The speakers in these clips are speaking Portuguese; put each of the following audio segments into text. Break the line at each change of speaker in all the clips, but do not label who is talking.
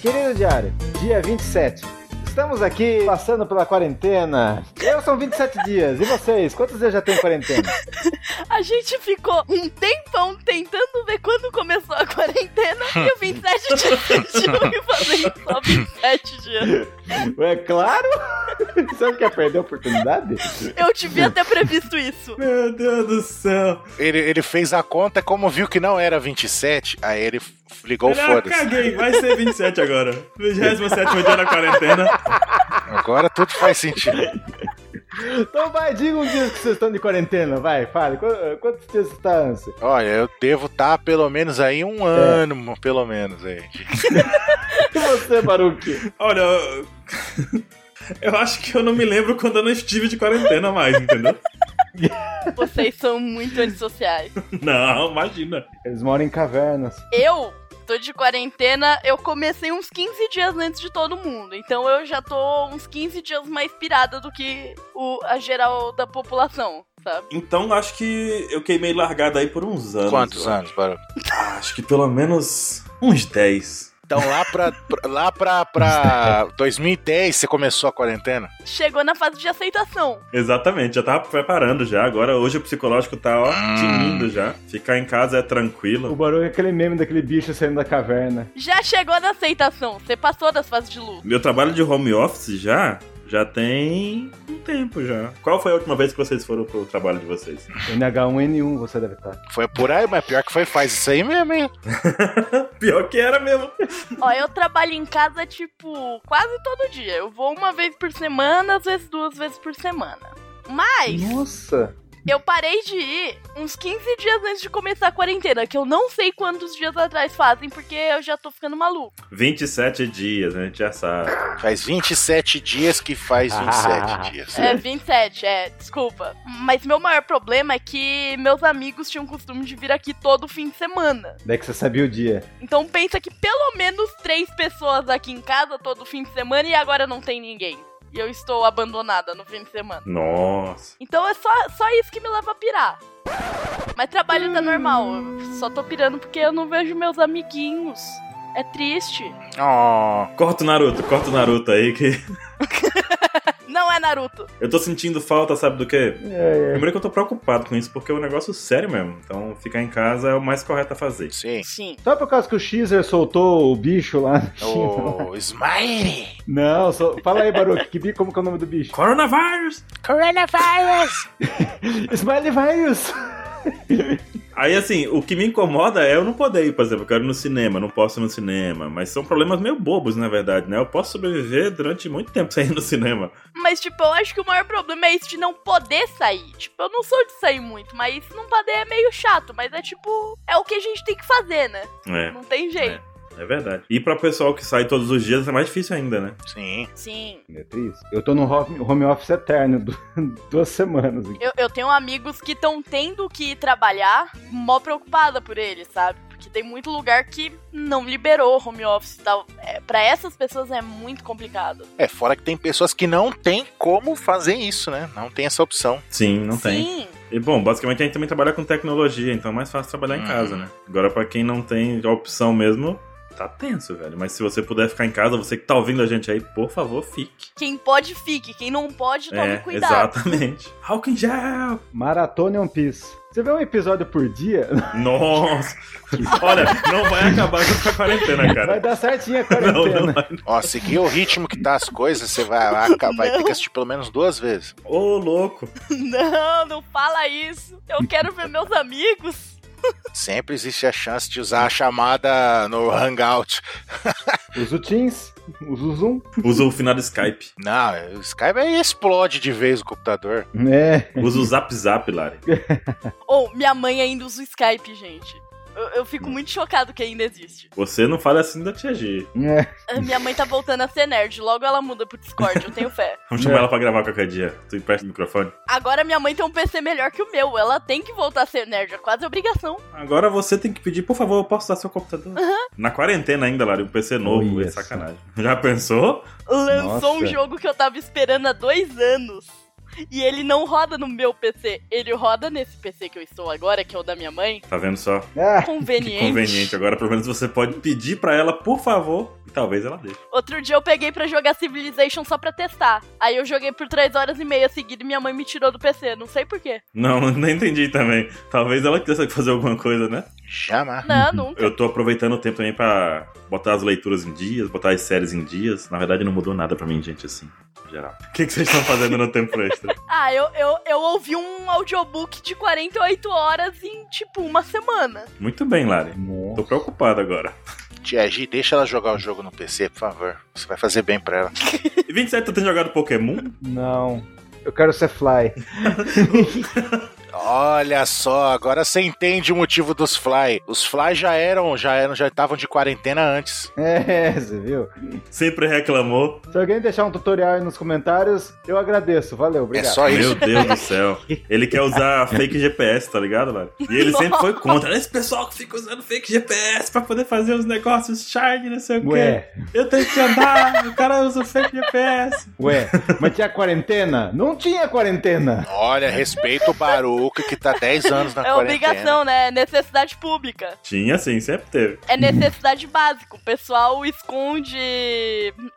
Querido Diário, dia 27. Estamos aqui passando pela quarentena. Eu são 27 dias. E vocês? Quantos dias já tem quarentena?
A gente ficou um tempão tentando ver quando começou a quarentena e o 27 decidiu me fazer só 27 dias.
É claro! Sabe que ia perder a oportunidade?
Eu devia ter previsto isso.
Meu Deus do céu.
Ele, ele fez a conta, como viu que não era 27, aí ele ligou o
Ah,
foda-se.
caguei, vai ser 27 agora. 27 dia na quarentena.
Agora tudo faz sentido.
Então vai, diga um dia que vocês estão de quarentena. Vai, fale. Qu- eh, Quantos dias você está, Ansa?
Olha, eu devo estar pelo menos aí um ano, pelo menos aí.
E você, Baruque?
Olha, eu- eu acho que eu não me lembro quando eu não estive de quarentena mais, entendeu?
Vocês são muito antissociais.
Não, imagina.
Eles moram em cavernas.
Eu tô de quarentena, eu comecei uns 15 dias antes de todo mundo. Então eu já tô uns 15 dias mais pirada do que o, a geral da população, sabe?
Então acho que eu queimei largada aí por uns anos.
Quantos
eu
anos, Baru?
Ah, acho que pelo menos uns 10.
Então lá pra, pra- lá pra, pra 2010 você começou a quarentena?
Chegou na fase de aceitação.
Exatamente, já tava preparando já. Agora hoje o psicológico tá ó,
Hum.
tinindo já. Ficar em casa é
O
tranquilo.
Baruque é aquele meme daquele bicho saindo da caverna.
Já chegou na aceitação. Você passou das fases de luto.
Meu trabalho de home office já já tem um tempo já. Qual foi a última vez que vocês foram pro trabalho de vocês?
NH1N1 você deve estar.
Foi por aí, mas pior que foi, faz isso aí mesmo, hein?
Pior que era mesmo.
Ó, eu trabalho em casa, tipo, quase todo dia. Eu vou uma vez por semana, às vezes duas vezes por semana. Mas
Nossa!
eu parei de ir uns 15 dias antes de começar a quarentena, que eu não sei quantos dias atrás fazem, porque eu já tô ficando maluco.
27 dias, né? a gente já sabe.
Faz 27 dias que faz 27
Ah.
dias.
É, 27, é, desculpa. Mas meu maior problema é que meus amigos tinham o costume de vir aqui todo fim de semana.
Daí que você sabia o dia.
Então pensa que pelo menos três pessoas aqui em casa todo fim de semana e agora não tem ninguém. E eu estou abandonada no fim de semana.
Nossa.
Então é só, só isso que me leva a pirar. Mas trabalho tá normal. eu Só tô pirando porque eu não vejo meus amiguinhos. É triste.
Ó,
Corta o Naruto, corta o Naruto aí que
Não é Naruto.
eu tô sentindo falta, sabe do quê?
É,
Primeiro que eu tô preocupado com isso porque é um negócio sério mesmo. Então ficar em casa é o mais correto a fazer.
sim.
Sim.
Só por causa que o Xer soltou o bicho lá na China.
O Smiley!
Não, só... fala aí, Baruque, que bi, como que é o nome do bicho?
Coronavírus!
Coronavirus!
Smiley Virus!
Aí, assim, o que me incomoda é eu não poder ir, por exemplo, eu quero ir no cinema, não posso ir no cinema. Mas são problemas meio bobos, na verdade, né? Eu posso sobreviver durante muito tempo sem ir no cinema.
Mas, tipo, eu acho que o maior problema é isso de não poder sair. Tipo, eu não sou de sair muito, mas não poder é meio chato. Mas é tipo, é o que a gente tem que fazer, né?
É,
Não tem jeito.
é verdade. E pra pessoal que sai todos os dias é mais difícil ainda, né?
Sim.
Sim.
É triste. Eu tô no home, home office eterno, du- duas semanas.
Eu, eu tenho amigos que estão tendo que ir trabalhar, mó preocupada por eles, sabe? Porque tem muito lugar que não liberou home office e tal. É, pra essas pessoas é muito complicado.
É, fora que tem pessoas que não tem como fazer isso, né? Não tem essa opção.
Sim, não tem.
Sim.
E bom, basicamente a gente também trabalha com tecnologia, então é mais fácil trabalhar em
Uhum.
casa, né? Agora, pra quem não tem opção mesmo, tá tenso, velho. Mas se você puder ficar em casa, você que tá ouvindo a gente aí, por favor, fique.
Quem pode, fique. Quem não pode, tome
É,
cuidado.
exatamente. Álcool em gel!
Maratona One Piece. Você vê um episódio por dia,
Nossa! Olha, não vai acabar com essa quarentena,
vai
cara.
dar certinho a
Não, não
quarentena.
vai.
Ó, seguir o ritmo que tá as coisas, você vai lá, ca- vai ter
Não.
que assistir pelo menos duas vezes.
Ô, louco.
Não, não fala isso. Eu quero ver meus amigos.
Sempre existe a chance de usar a chamada no Hangout.
Usa o Teams, usa o Zoom.
Usa o final do Skype.
Não, o Skype aí explode de vez o computador.
É,
Usa o Zap Zap, Lari.
Ou minha mãe ainda usa o Skype, gente. Eu, eu fico
Hum.
muito chocado que ainda existe.
Você não fala assim da Tia G.
é.
Ah, Minha mãe tá voltando a ser nerd. Logo ela muda pro Discord, eu tenho fé.
Vamos chamar
É.
ela pra gravar qualquer dia. Tu empresta o microfone.
Agora minha mãe tem um PC melhor que o meu. Ela tem que voltar a ser nerd. É quase obrigação.
Agora você tem que pedir, por favor, eu posso usar seu computador? Na quarentena ainda, Lari, um PC novo,
Olha
é sacanagem. Já pensou?
Lançou
Nossa.
um jogo que eu tava esperando há dois anos. E ele não roda no meu PC. Ele roda nesse PC que eu estou agora, que é o da minha mãe.
Tá vendo só?
Ah,
Que
Conveniente.
conveniente. Agora, pelo menos, você pode pedir pra ela, por favor, e talvez ela deixe.
Outro dia eu peguei pra jogar Civilization só pra testar. Aí eu joguei por três horas e meia seguida e minha mãe me tirou do PC. Não sei porquê.
Não, não entendi também. Talvez ela quisesse fazer alguma coisa, né?
Jamais.
Não, nunca.
Eu tô aproveitando o tempo também pra botar as leituras em dias, botar as séries em dias. Na verdade, não mudou nada pra mim, gente, assim, em geral. O que, que vocês estão fazendo no tempo extra?
Ah, eu, eu, eu ouvi um audiobook de 48 horas em, tipo, uma semana.
Muito bem, Lari. Tô preocupado agora.
Tia G, deixa ela jogar o jogo no PC, por favor. Você vai fazer bem pra ela.
E 27, tu tem jogado Pokémon?
não. Eu quero ser fly.
Olha só, agora você entende o motivo dos Fly. Os Fly já eram, já eram, já estavam de quarentena antes.
É, você viu?
Sempre reclamou.
Se alguém deixar um tutorial aí nos comentários, eu agradeço. Valeu, obrigado.
É só isso.
Meu Deus do céu. Ele quer usar fake GPS, tá ligado, Lari? E ele sempre foi contra. Esse pessoal que fica usando fake GPS pra poder fazer os negócios shine, não sei o quê.
Ué,
Eu tenho que andar, o cara usa fake GPS.
ué, mas tinha quarentena? Não tinha quarentena.
Olha, respeita o Baruca que tá 10 anos na
É
quarentena.
obrigação, né? É necessidade pública.
Tinha sim, sempre teve.
É necessidade básica. O pessoal esconde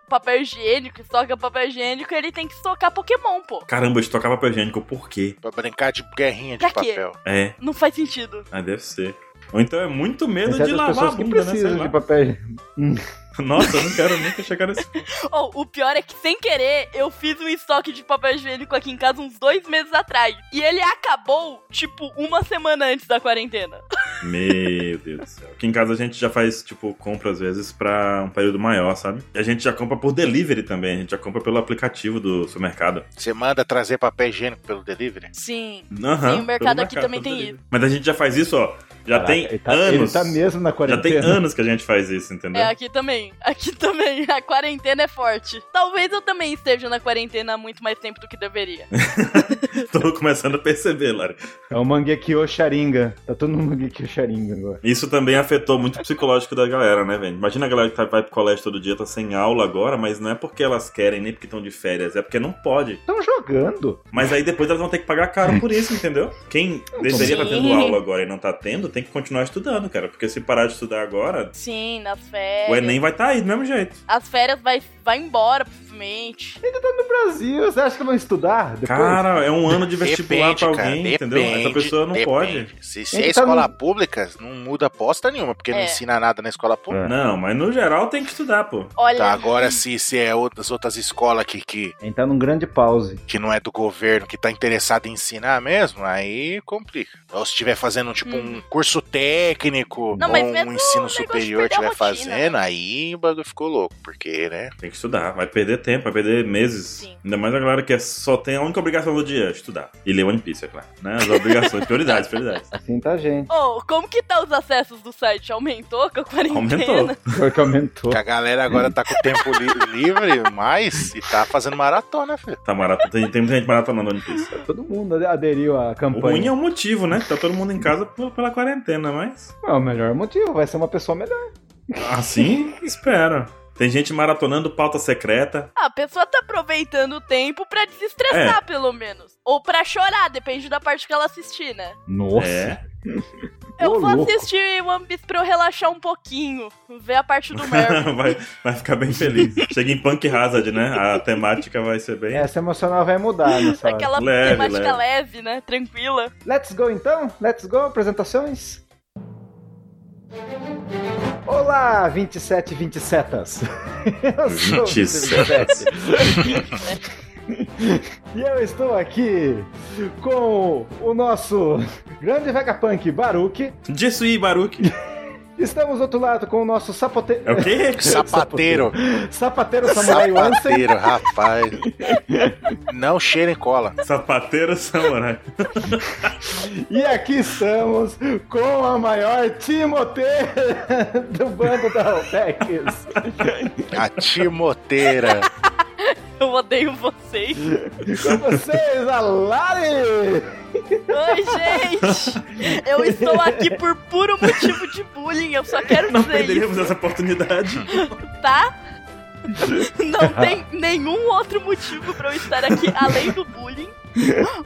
papel higiênico, estoca papel higiênico, ele tem que estocar Pokémon, pô.
Caramba, eu estocava papel higiênico, por quê?
Pra brincar de guerrinha de
Pra quê?
papel.
É,
Não faz sentido.
ah, deve ser. Ou então é muito medo
Exceto
de
as
lavar a
pessoas que
bunda, né? Sei
precisam
lá.
de papel.
Nossa, eu não quero nunca chegar nesse.
Ou o pior é que, sem querer, eu fiz um estoque de papel higiênico aqui em casa uns dois meses atrás. E ele acabou, tipo, uma semana antes da quarentena.
Meu Deus do céu. Aqui em casa a gente já faz, tipo, compra às vezes pra um período maior, sabe? E a gente já compra por delivery também, a gente já compra pelo aplicativo do supermercado.
Você manda trazer papel higiênico pelo delivery?
Sim.
Aham,
Sim, o mercado
pelo
aqui também
pelo
tem
delivery. Mas a gente já faz isso, ó. Já
Caraca,
tem
ele tá,
anos.
Ele tá mesmo na
já tem
quarentena.
anos que a gente faz isso, entendeu?
É, aqui também. Aqui também. A quarentena é forte. Talvez eu também esteja na quarentena há muito mais tempo do que deveria.
Tô começando a perceber, Lari.
É o Mangekyou Sharinga. Tá todo mundo Mangekyou Sharinga agora.
Isso também afetou muito o psicológico da galera, né, velho? Imagina a galera que tá, vai pro colégio todo dia, tá sem aula agora, mas não é porque elas querem, nem porque estão de férias, é porque não pode.
Estão jogando.
Mas aí depois elas vão ter que pagar caro por isso, entendeu? Quem
Então,
deveria estar
Sim.
tendo aula agora e não tá tendo, tem que continuar estudando, cara. Porque se parar de estudar agora,
Sim, nas férias.
o Enem vai estar tá aí do mesmo jeito.
As férias vai, vai embora, provavelmente.
No Brasil, você acha que vão estudar depois?
Cara, é um ano de vestibular
Depende,
pra
cara,
alguém,
depende,
entendeu? Essa pessoa não
depende.
pode.
Se, se
Ele
é
tá
escola
no-
pública, não muda aposta nenhuma, porque não
É.
ensina nada na escola pública.
Não, mas no geral tem que estudar, pô.
É. Olha.
Tá, agora se, se é outras, outras escolas que, que,
A gente tá num grande pause.
que não é do governo, que tá interessado em ensinar mesmo, aí complica. Ou se estiver fazendo tipo um curso técnico,
Hum. Não,
ou
mas
um
mesmo o
ensino
negócio de perder
superior
a
estiver
rotina, né?
fazendo, aí o bagulho ficou louco, porque, né?
Tem que estudar, vai perder tempo, vai perder meses.
Sim.
Ainda mais a galera que é- só tem a única obrigação do dia, estudar. E ler One Piece, é claro. Né? As obrigações, prioridades, prioridades.
Assim tá a gente.
Ô, como que tá os acessos do site? Aumentou com a quarentena?
Aumentou.
Pior que aumentou.
Que a galera agora tá com o tempo li- livre, mas e tá fazendo maratona, filho.
Tá maratona. Tem, tem muita gente maratonando One Piece.
Todo mundo aderiu à
O ruim é
campanha.
o motivo, né? Tá todo mundo em casa pela, pela quarentena, mas.
É o melhor motivo, vai ser uma pessoa melhor. Ah,
Assim, espero. Tem gente maratonando pauta secreta.
Ah, a pessoa tá aproveitando o tempo pra desestressar,
É.
pelo menos. Ou pra chorar, depende da parte que ela assistir, né?
Nossa.
É.
Eu
Ô,
vou
louco.
assistir One Piece pra eu relaxar um pouquinho. Ver a parte do Merry.
vai, vai ficar bem feliz. Chega em Punk Hazard, né? A temática vai ser bem.
Essa emocional vai mudar
É
nessa hora.
Aquela
Leve,
temática leve, né? Tranquila.
Let's go então? Let's go, apresentações? Olá, 27 27 Eu sou o
27.
E eu estou aqui com o nosso grande Vegapunk Baruque.
Dissuí, Baruque.
Estamos do outro lado com o nosso sapote...
É o quê?
Sapateiro.
sapateiro Samurai
é
Onsen.
Sapateiro, rapaz. Não cheira em cola.
Sapateiro samurai.
E aqui estamos com a maior Timoteira do bando da Alpex.
A timoteira.
Eu odeio vocês.
Com vocês, a Lari!
Oi, gente! Eu estou aqui por puro motivo de bullying. Eu só quero
Não
dizer isso,
perderíamos essa oportunidade.
tá? Não tem nenhum outro motivo pra eu estar aqui além do bullying.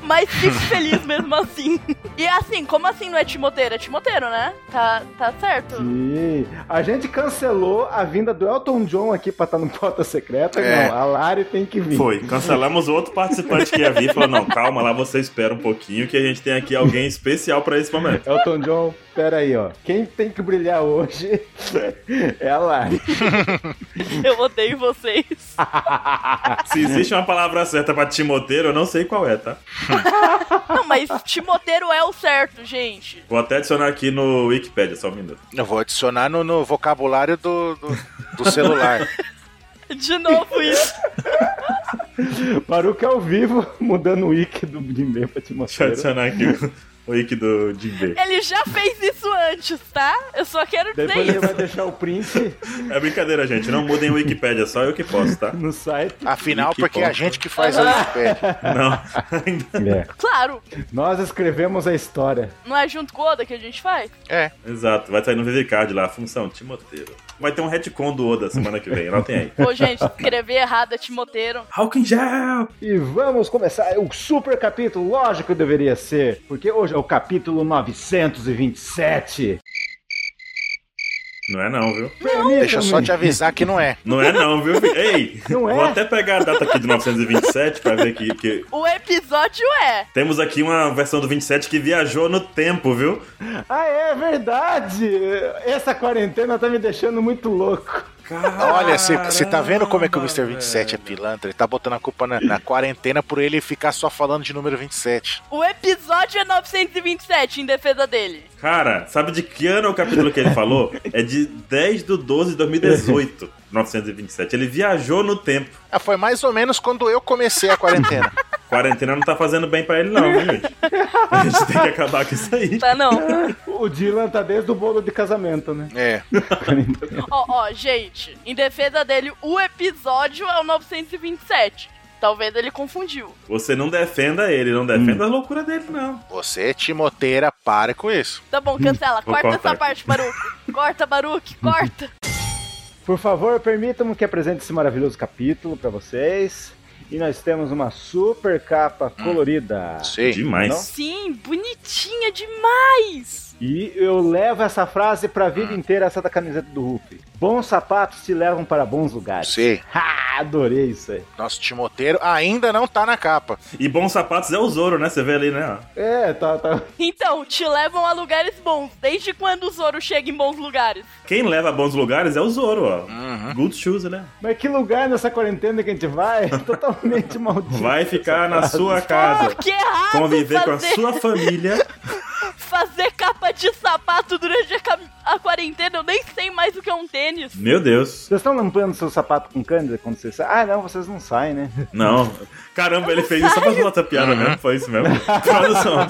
Mas fico feliz mesmo assim. E assim, como assim não é timoteiro? É timoteiro, né? Tá, tá certo.
Ih, A gente cancelou a vinda do Elton John aqui pra estar no Pauta Secreta.
É.
Não, a Lari tem que vir.
Foi, cancelamos outro participante que ia vir e falou: não, calma lá, você espera um pouquinho que a gente tem aqui alguém especial pra esse momento.
Elton John, pera aí, ó. Quem tem que brilhar hoje é a Lari.
Eu odeio vocês.
Se existe uma palavra certa pra timoteiro, eu não sei qual é, tá?
Não, mas timoteiro é o certo, gente.
Vou até adicionar aqui no Wikipedia, só um minuto.
Eu vou adicionar no, no vocabulário do, do, do celular.
De novo isso.
Baruca é ao vivo, mudando o wiki do Jimbe pra te
Deixa eu
mostrar.
adicionar aqui o, o wiki do de B.
Ele já fez isso antes, tá? Eu só quero dizer
Depois ele
É isso.
vai deixar o print
É brincadeira, gente. Não mudem o Wikipedia, só eu que posso, tá?
no site.
Afinal,
Que
porque é a
bom.
gente que faz a Wikipédia.
Não, ainda.
É.
Claro,
Nós escrevemos a história.
não é junto com o Oda que a gente faz?
É,
Exato, vai sair no VVCard lá, a função Timoteiro. Vai ter um retcon do Oda semana que vem, anotem aí.
Pô, gente, escrever errado é timoteiro.
Hawking Gel!
E vamos começar o super capítulo. Lógico que deveria ser, porque hoje é o capítulo 927.
Não é não, viu?
deixa eu só te avisar que não é.
Não é não, viu? filho? Ei!
Não é?
Vou até pegar a data aqui do 927 pra ver aqui, porque
O episódio é.
temos aqui uma versão do 27 que viajou no tempo, viu?
Ah, é verdade! Essa quarentena tá me deixando muito louco.
Olha, você você tá vendo como é que o Mr.
Caramba,
27 é
velho.
pilantra? Ele tá botando a culpa na, na quarentena por ele ficar só falando de número 27.
O episódio é 927 em defesa dele.
Cara, sabe de que ano é o capítulo que ele falou? É de 10 de 12 de 2018, 927. Ele viajou no tempo.
Ah, foi mais ou menos quando eu comecei a quarentena.
Quarentena não tá fazendo bem pra ele não, viu, gente? A gente tem que acabar com isso aí.
Tá não?
O Dylan tá desde o bolo de casamento, né?
É.
Ó, ó, gente, em defesa dele, o episódio é o 927. Talvez ele confundiu.
Você não defenda ele, não defenda a loucura dele, não.
Você, Timoteira, para com isso.
Tá bom, cancela.
Hum, Vou
Corta
cortar
essa
aqui.
parte, Baruque. Corta, Baruque, corta.
Por favor, permitam que apresente esse maravilhoso capítulo pra vocês. E nós temos uma super capa colorida.
Sim.
Ah, Demais.
Não?
Sim, bonitinha demais.
E eu levo essa frase pra vida inteira, essa da camiseta do Ruff. Bons sapatos te levam para bons lugares.
Sim.
Ha, adorei isso aí.
Nosso Timoteiro ainda não tá na capa.
E bons sapatos é o Zoro, né? Você vê ali, né? ó.
É, tá, tá.
Então, te levam a lugares bons. Desde quando o Zoro chega em bons lugares?
Quem leva a bons lugares é o Zoro, ó. Good shoes, né?
Mas que lugar nessa quarentena que a gente vai? Totalmente maldito.
Vai ficar na sua
Ah,
casa,
que errado
conviver com a
fazer-
sua família.
Fazer capa de sapato durante a, cam- a quarentena, eu nem sei mais o que é um tênis.
Meu Deus.
Vocês estão limpando seu sapato com cândida quando vocês saem? Ah, não, vocês não saem, né?
Não. Caramba, ele fez isso só pra zoar essa piada mesmo. Foi isso mesmo. Tradução.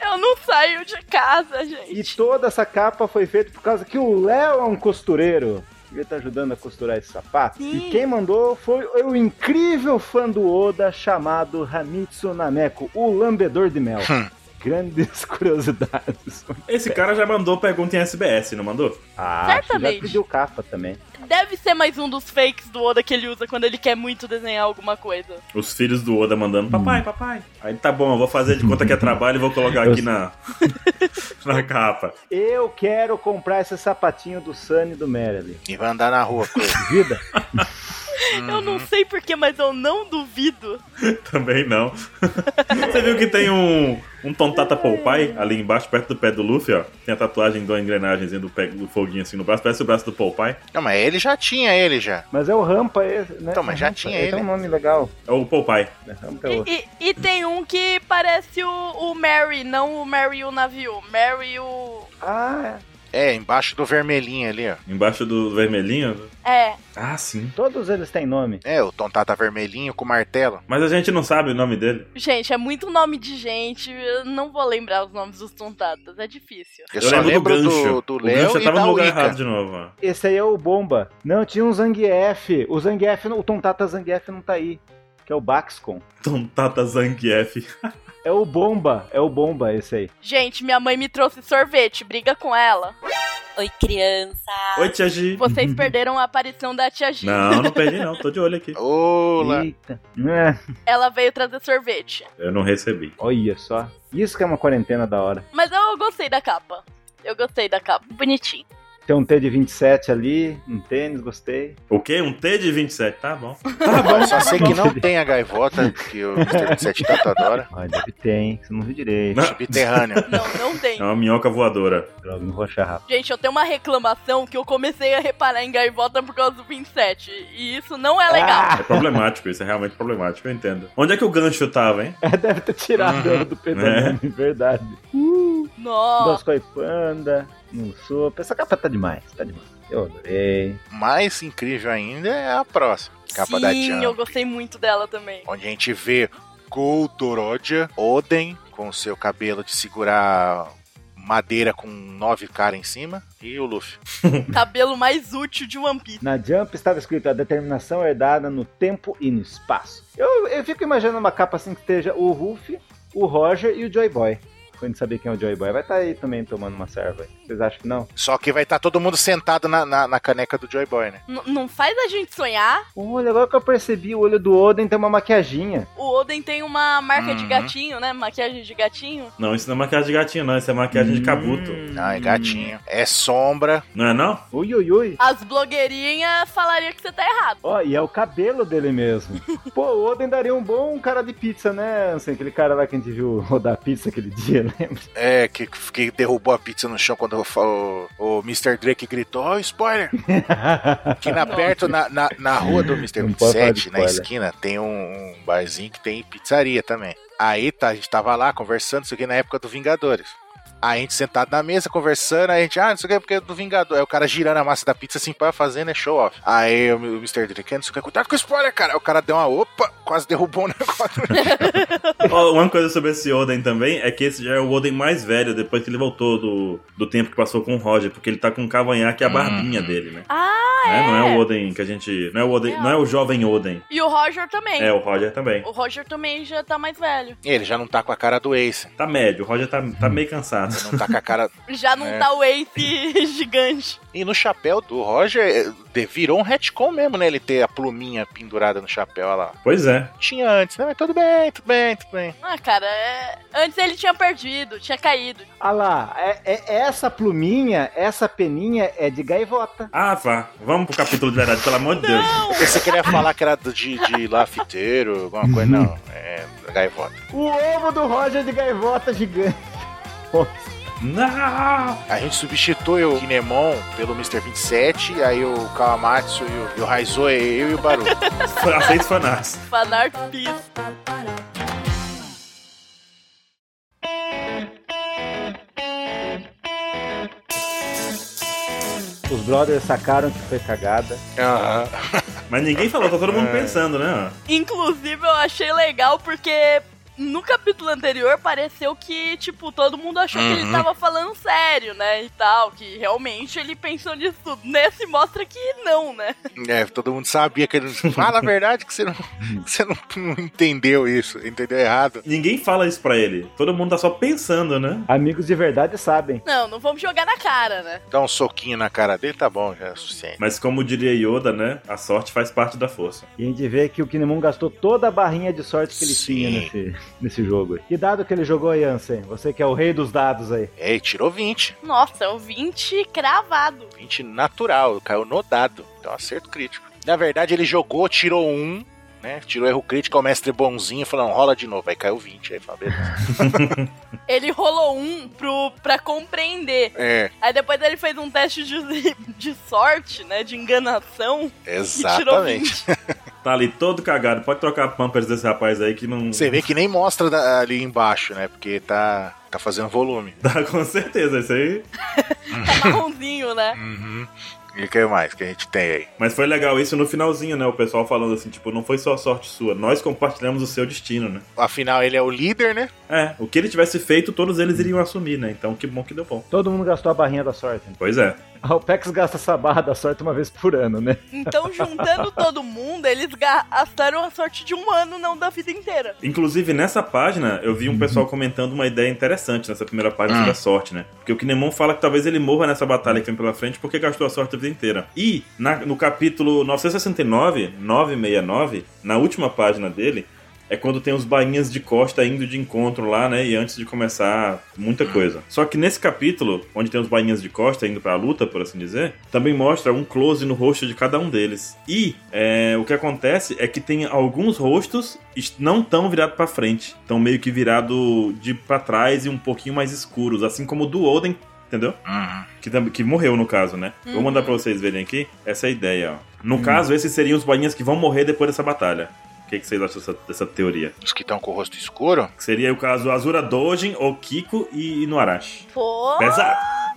Eu não saio de casa,
E
gente.
toda essa capa foi feita por causa que o Léo é um costureiro. Ele tá ajudando a costurar esse sapato.
Sim.
E quem mandou foi o incrível fã do Oda chamado Hamitsu Nameko, o lambedor de mel.
Hum.
Grandes curiosidades.
Esse cara já mandou pergunta em SBS, não mandou?
Ah,
Certamente.
já pediu capa também.
Deve ser mais um dos fakes do Oda que ele usa quando ele quer muito desenhar alguma coisa.
Os filhos do Oda mandando, papai, papai. Aí tá bom, eu vou fazer de conta que é trabalho e vou colocar aqui na, na capa.
Eu quero comprar esse sapatinho do Sunny e do Merely.
E vai andar na rua com ele.
Vida?
Eu não sei porquê, mas eu não duvido.
Também não. Você viu que tem um, um Tontata Poupai ali embaixo, perto do pé do Luffy, ó. Tem a tatuagem da engrenagemzinha do, pé, do foguinho assim no braço, parece o braço do Poupai.
Não, mas ele já tinha ele já.
Mas é o Rampa esse, né?
Então, mas já
Rampa.
tinha
Tem
ele.
um nome legal.
É o Poupai.
né? Rampa é outro.
E, e- e tem um que parece o, o Mary, não o Mary o navio. Mary o.
Ah, é.
É, embaixo do vermelhinho ali, ó.
Embaixo do vermelhinho.
É,
Ah, sim.
todos eles têm nome.
É, o Tontata vermelhinho com martelo.
Mas a gente não sabe o nome dele.
gente, é muito nome de gente. Eu não vou lembrar os nomes dos tontadas, é difícil.
Eu, só lembro do, do
o gancho
Léo
já
e
tava
da
no lugar
Wicca.
errado de novo, ó.
Esse aí é o Bomba. Não, tinha um Zangief. O Zangief, não- o Tontata Zangief não tá aí. Que é o Baxcom.
Tontata Zangief.
É o Bomba. É o Bomba esse aí.
Gente, minha mãe me trouxe sorvete, briga com ela.
Oi, criança.
Oi, Tia Gi.
Vocês perderam a aparição da Tia Gi.
Não, não perdi não, tô de olho aqui.
Olá.
Eita. É,
Ela veio trazer sorvete.
Eu não recebi.
olha só. Isso que é uma quarentena da hora.
Mas eu gostei da capa. Eu gostei da capa. Bonitinho.
Tem um T de 27 ali, um tênis, gostei.
O quê? Um T de 27, tá bom.
Eu Ah, só sei que não tem a gaivota que o Mr. 27 Tato adora.
Olha, deve ter, hein? que Você não viu direito.
Subterrâneo.
Não, não tem.
É uma minhoca voadora.
Droga, não vou achar rápido.
Gente, eu tenho uma reclamação que eu comecei a reparar em gaivota por causa do 27. E isso não é
Ah!
legal.
É problemático, isso é realmente problemático, eu entendo. Onde é que o gancho tava, hein?
É, deve ter tirado
Uhum,
ela do pedalame, verdade. Uh,
Nossa.
Dos Panda, não sopa. Essa capa tá demais, tá demais. Eu adorei.
Mais incrível ainda é a próxima. Capa da
Sim, eu
Jump.
gostei muito dela também.
Onde a gente vê Goldorodja Oden com seu cabelo de segurar madeira com nove caras em cima. E o Luffy.
Cabelo mais útil de One Piece.
Na Jump estava escrito a determinação herdada no tempo e no espaço. Eu, eu fico imaginando uma capa assim que esteja o Ruffy, o Roger e o Joy Boy. Quando saber quem é o Joy Boy, vai estar aí também tomando uma serva. Vocês acham que não?
Só que vai estar todo mundo sentado na, na, na caneca do Joy Boy, né?
N- não faz a gente sonhar.
Olha, agora que eu percebi, o olho do Oden tem uma maquiaginha.
O Oden tem uma marca de
Uhum.
gatinho, né? Maquiagem de gatinho.
Não, isso não é maquiagem de gatinho, não. Isso é maquiagem de cabuto.
Ai,
Hum.
gatinho. Hum. É sombra.
Não é não?
Ui, ui, ui.
As blogueirinhas falariam que você tá errado.
Ó, e é o cabelo dele mesmo. Pô, o Oden daria um bom cara de pizza, né? Assim, aquele cara lá que a gente viu rodar pizza aquele dia, né? lembra?
É, que, que derrubou a pizza no chão quando o, o, o Mr. Drake gritou: Ó, spoiler! Que na, perto, na, na, na rua do Mr.
Não pode falar de
27, na
spoiler.
esquina, tem um, um barzinho que tem pizzaria também. Aí tá, a gente tava lá conversando, isso aqui na época do Vingadores. Aí a gente sentado na mesa conversando, aí a gente, ah, não sei o que, porque é do Vingador. Aí o cara girando a massa da pizza assim, pra fazendo, é show off. Aí o Mr. Drake, "Ah, não sei o que, cuidado com o spoiler, cara. Aí o cara deu uma opa, quase derrubou o negócio.
Ó, uma coisa sobre esse Oden também é que esse já é o Oden mais velho, depois que ele voltou do, do tempo que passou com o Roger, porque ele tá com um cavanhaque e a barbinha dele, né?
Ah,
Né? Não é
é.
o Oden que a gente. Não é o Oden. Não é o jovem Oden.
e o Roger também.
É, o Roger também.
O Roger também já tá mais velho.
Ele já não tá com a cara do Ace,
Tá médio, o Roger tá, tá meio cansado.
não tá com a cara.
Já não
É.
tá o Ace gigante.
E no chapéu do Roger, eh, de- virou um retcon mesmo, né? Ele ter a pluminha pendurada no chapéu, olha lá.
Pois é.
tinha antes, né? Mas tudo bem, tudo bem, tudo bem.
Ah, cara, é... antes ele tinha perdido, tinha caído.
Ah lá, é- é- essa pluminha, essa peninha é de gaivota.
Ah, vá. Vamos pro capítulo de verdade, pelo amor de Deus.
Pensei que ele ia falar que era do- de, de lafiteiro, alguma coisa, não. É gaivota.
O ovo do Roger é de gaivota gigante. Nossa.
Não!
A gente substitui o Kinemon pelo Mr. 27, aí o Kawamatsu e o, e o Raizo é eu e o Baru.
Aceito fanás.
Fanart Piece.
Os brothers sacaram que foi cagada.
Aham.
Mas ninguém falou, tá todo mundo
É.
pensando, né?
Inclusive, eu achei legal porque no capítulo anterior pareceu que, tipo, todo mundo achou que ele
Uhum.
tava falando sério, né? E tal, que realmente ele pensou nisso tudo. Nesse mostra que não, né?
É, todo mundo sabia que ele. Fala a verdade que você não, que você não, não entendeu isso, entendeu errado.
Ninguém fala isso pra ele. Todo mundo tá só pensando, né?
Amigos de verdade sabem.
Não, não vamos jogar na cara, né?
Dá um soquinho na cara dele, tá bom, já é o suficiente.
Mas como diria Yoda, né? A sorte faz parte da força.
E a gente vê que o Kinemon gastou toda a barrinha de sorte que ele
Sim.
tinha nesse, nesse jogo. aí. Que dado que ele jogou aí, Ansem? Você que é o rei dos dados aí.
É, e tirou 20.
Nossa, é o 20 cravado.
20 natural, caiu no dado. Então, acerto crítico. Na verdade, ele jogou, tirou um, né? Tirou erro crítico, o mestre bonzinho falou, não, rola de novo, aí caiu 20. Aí fala, beleza.
Ele rolou um pro, pra compreender.
É,
Aí depois ele fez um teste de, de sorte, né? De enganação. E tirou
exatamente.
20.
Tá ali todo cagado. Pode trocar a pampers desse rapaz aí que não.
Você vê que nem mostra da- ali embaixo, né? Porque tá, tá fazendo volume.
Tá com certeza, isso aí.
Tá marronzinho, né?
Uhum. E o que mais que a gente tem aí?
Mas foi legal isso no finalzinho, né? O pessoal falando assim, tipo, não foi só sorte sua, nós compartilhamos o seu destino, né?
Afinal, ele é o líder, né?
É, o que ele tivesse feito, todos eles iriam assumir, né? Então que bom que deu bom.
Todo mundo gastou a barrinha da sorte. né?
Pois é.
A OPEX gasta essa barra da sorte uma vez por ano, né?
Então, juntando todo mundo, eles gastaram a sorte de um ano, não da vida inteira.
Inclusive, nessa página, eu vi um pessoal comentando uma ideia interessante nessa primeira página sobre a sorte, né? Porque o Kinemon fala que talvez ele morra nessa batalha que vem pela frente porque gastou a sorte a vida inteira. E na- no capítulo 969, 969, na última página dele, é quando tem os bainhas de costa indo de encontro lá, né? E antes de começar, muita coisa. Só que nesse capítulo, onde tem os bainhas de costa indo pra luta, por assim dizer, também mostra um close no rosto de cada um deles. E é, o que acontece é que tem alguns rostos est- não tão virados pra frente, estão meio que virado de pra trás e um pouquinho mais escuros, assim como o do Oden, entendeu?
Uhum.
Que, tam- que morreu no caso, né?
Uhum.
Vou mandar pra vocês verem aqui essa ideia, ó. No caso, esses seriam os bainhas que vão morrer depois dessa batalha. O que, que vocês acham dessa, dessa teoria?
Os que estão com o rosto escuro?
Que seria o caso Azura Dojin, Okiko e Inuarashi.
Pô,
É. Pesado.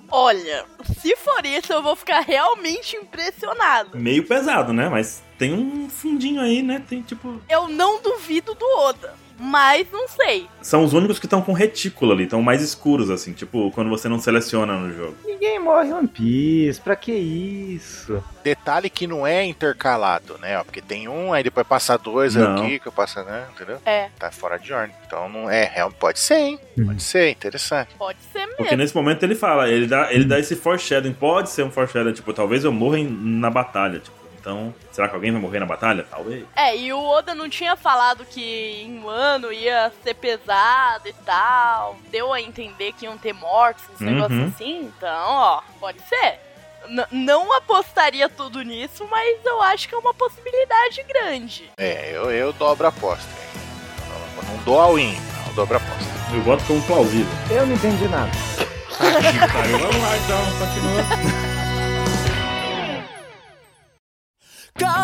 olha, se for isso, eu vou ficar realmente impressionado.
Meio pesado, né? Mas tem um fundinho aí, né? Tem tipo.
Eu não duvido do Oda, mas não sei.
São os únicos que estão com retícula ali, estão mais escuros, assim. Tipo, quando você não seleciona no jogo.
Ninguém morre em One Piece, pra que isso?
Detalhe que não é intercalado, né? Ó, porque tem um, aí depois passa dois, aí
Não.
o Kiko passa, né? Entendeu?
É.
Tá fora de ordem. Então não é, real- pode ser, hein? Pode ser, interessante.
Pode ser mesmo.
Porque nesse momento ele fala, ele dá, ele dá esse foreshadowing. Pode ser um foreshadowing, tipo, talvez eu morra em- na batalha. Tipo, então, será que alguém vai morrer na batalha? Talvez.
É, e o Oda não tinha falado que em um ano ia ser pesado e tal. Deu a entender que iam ter mortos, uns
Uhum.
negócios assim. Então, ó, pode ser. N- não apostaria tudo nisso, mas eu acho que é uma possibilidade grande.
É, eu, eu dobro a aposta. hein? Eu Não dou all in, eu dobro a aposta.
Eu voto como plausível.
Eu não entendi nada.
Cara, vamos lá então, continua.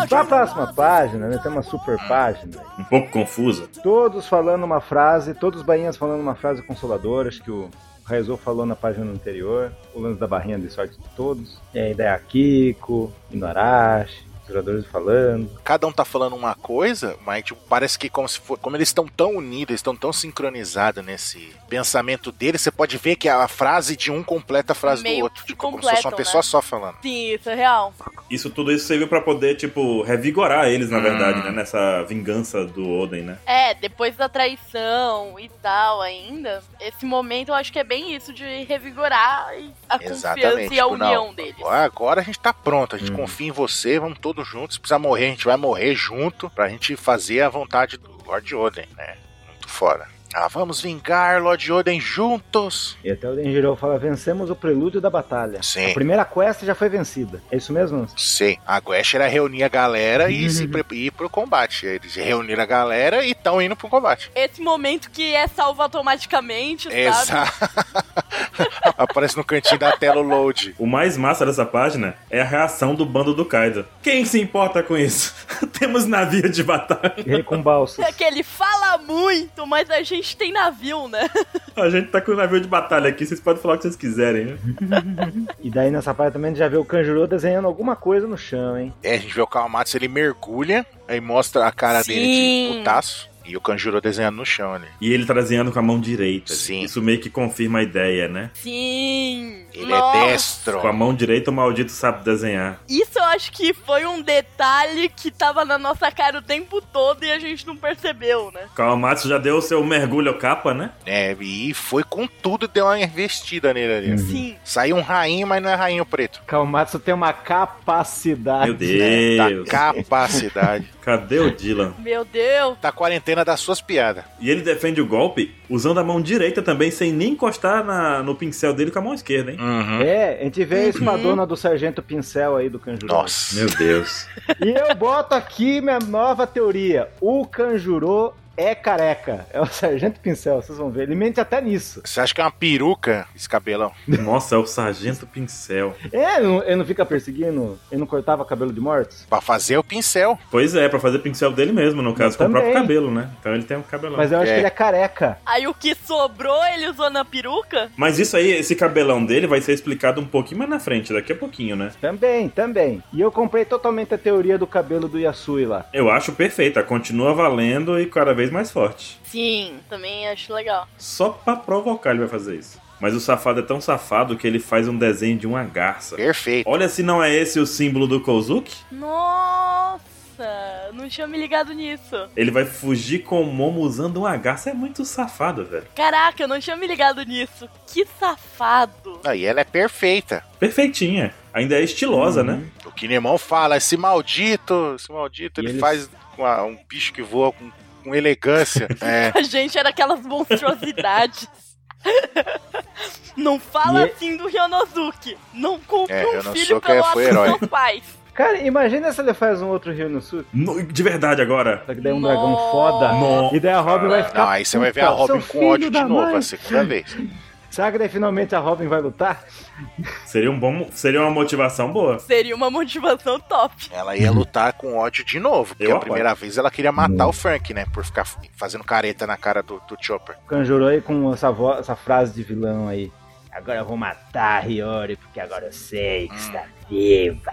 Pra próxima página, né? Tem uma super página.
Um pouco confusa.
Todos falando uma frase, todos os bainhas falando uma frase consoladora, acho que o Raizou falou na página anterior, o lance da barrinha de sorte de todos. E ainda é a Kiko, Inuarashi, os jogadores falando.
Cada um tá falando uma coisa, mas tipo, parece que como se for, como eles estão tão unidos, estão tão sincronizados nesse pensamento deles, você pode ver que a frase de um completa a frase
Meio
do outro.
que
Tipo, como se fosse uma
completam,
pessoa
né?
só falando.
Sim, isso é real.
Isso tudo isso serviu pra poder, tipo, revigorar eles, na
Hum.
verdade, né? Nessa vingança do Oden, né?
É, depois da traição e tal ainda, esse momento eu acho que é bem isso de revigorar e a confiança
Exatamente.
e a
tipo, não,
união deles.
Agora, agora a gente tá pronto, a gente
Hum.
confia em você, vamos todos juntos. Se precisar morrer, a gente vai morrer junto pra gente fazer a vontade do Lord Oden, né? Muito fora. Ah, vamos vingar Lord Oden juntos.
E até o Denjiro fala: vencemos o prelúdio da batalha.
Sim.
A primeira quest já foi vencida. É isso mesmo?
Sei. A Guest era reunir a galera e
Uhum.
se pre- ir pro combate. Eles reuniram a galera e estão indo pro combate.
Esse momento que é salvo automaticamente, sabe?
Exato. Aparece no cantinho da tela o load.
O mais massa dessa página é a reação do bando do Kaido. Quem se importa com isso? Temos navio de batalha.
E ele com balsas.
É que ele fala muito, mas a gente tem navio, né?
A gente tá com navio de batalha aqui, vocês podem falar o que vocês quiserem, né?
E daí nessa parte também a gente já vê o Kanjuro desenhando alguma coisa no chão, hein?
É, a gente vê o Kalmatsu, ele mergulha, aí mostra a cara dele de
Sim.
putaço. E o Kanjuro desenhando no chão ali.
E ele traseando com a mão direita.
Sim.
Isso meio que confirma a ideia, né?
Sim.
Ele
Nossa,
é destro.
Com a mão direita o maldito sabe desenhar.
Isso eu acho que foi um detalhe que tava na nossa cara o tempo todo e a gente não percebeu, né?
Kawamatsu já deu o seu mergulho capa, né?
É, e foi com tudo, deu uma investida nele ali.
Sim.
Saiu um rainho, mas não é rainho preto.
Kalmatsu tem uma capacidade.
Meu
né,
Deus.
Da
tá.
capacidade.
Cadê o Dylan?
Meu Deus.
da quarentena das suas piadas.
E ele defende o golpe usando a mão direita também, sem nem encostar na- no pincel dele com a mão esquerda, hein?
Uhum.
É, a gente vê a espadona do sargento pincel aí do Kanjuro.
Nossa.
Deus.
E eu boto aqui minha nova teoria. O Kanjuro é careca. É o sargento pincel, vocês vão ver. Ele mente até nisso.
Você acha que é uma peruca esse cabelão?
Nossa, é o Sargento Pincel.
É, ele não, ele não fica perseguindo? Ele não cortava cabelo de mortos?
Pra fazer o pincel.
Pois é, pra fazer pincel dele mesmo, no caso,
Eu
com o próprio
também.
cabelo, né? Então ele tem um cabelão. Mas,
Mas eu acho
É.
que ele é careca.
Aí o que sobrou ele usou na peruca?
isso aí, esse cabelão dele vai ser explicado um pouquinho mais na frente, daqui a pouquinho, né?
Também, também. E eu comprei totalmente a teoria do cabelo do Yasui lá.
Eu acho perfeita, continua valendo e cada vez mais forte.
Sim, também acho legal.
Só pra provocar ele vai fazer isso. Mas o safado é tão safado que ele faz um desenho de uma garça.
Perfeito.
Olha se não é esse o símbolo do Kozuki.
Nossa, não tinha me ligado nisso.
Ele vai fugir com o Momo usando uma garça. É muito safado, velho.
Caraca, eu não tinha me ligado nisso. Que safado.
Não, e ela é perfeita.
Perfeitinha. Ainda é estilosa, né?
O Kinemon fala, esse maldito, esse maldito,
E
ele,
ele-
faz com a- um bicho que voa com, com elegância. é.
A gente era aquelas monstruosidades. Não fala
E-
assim do Ryonosuke. Não compre
É,
um
Ryonosuke
filho pelo
foi
ato
herói.
dos seus pais.
Cara, imagina se ele faz um outro Rio no Sul.
No- de verdade agora.
Só que daí é um dragão foda.
Nossa.
E daí a Robin vai ficar.
Não, Ah, aí você vai ver a
puta,
Robin
seu
com ódio
filho
de
da
novo, assim.
mãe.
a segunda vez.
Será que daí finalmente a Robin vai lutar?
Seria um bom. Seria uma motivação boa.
Seria uma motivação top.
Ela ia lutar com ódio de novo, porque
Eu
a primeira vez ela queria matar o Frank, né? Por ficar fazendo careta na cara do, do Chopper.
Kanjuro aí com essa, vo- essa frase de vilão aí. Agora eu vou matar a Hiyori, porque agora eu sei que está viva.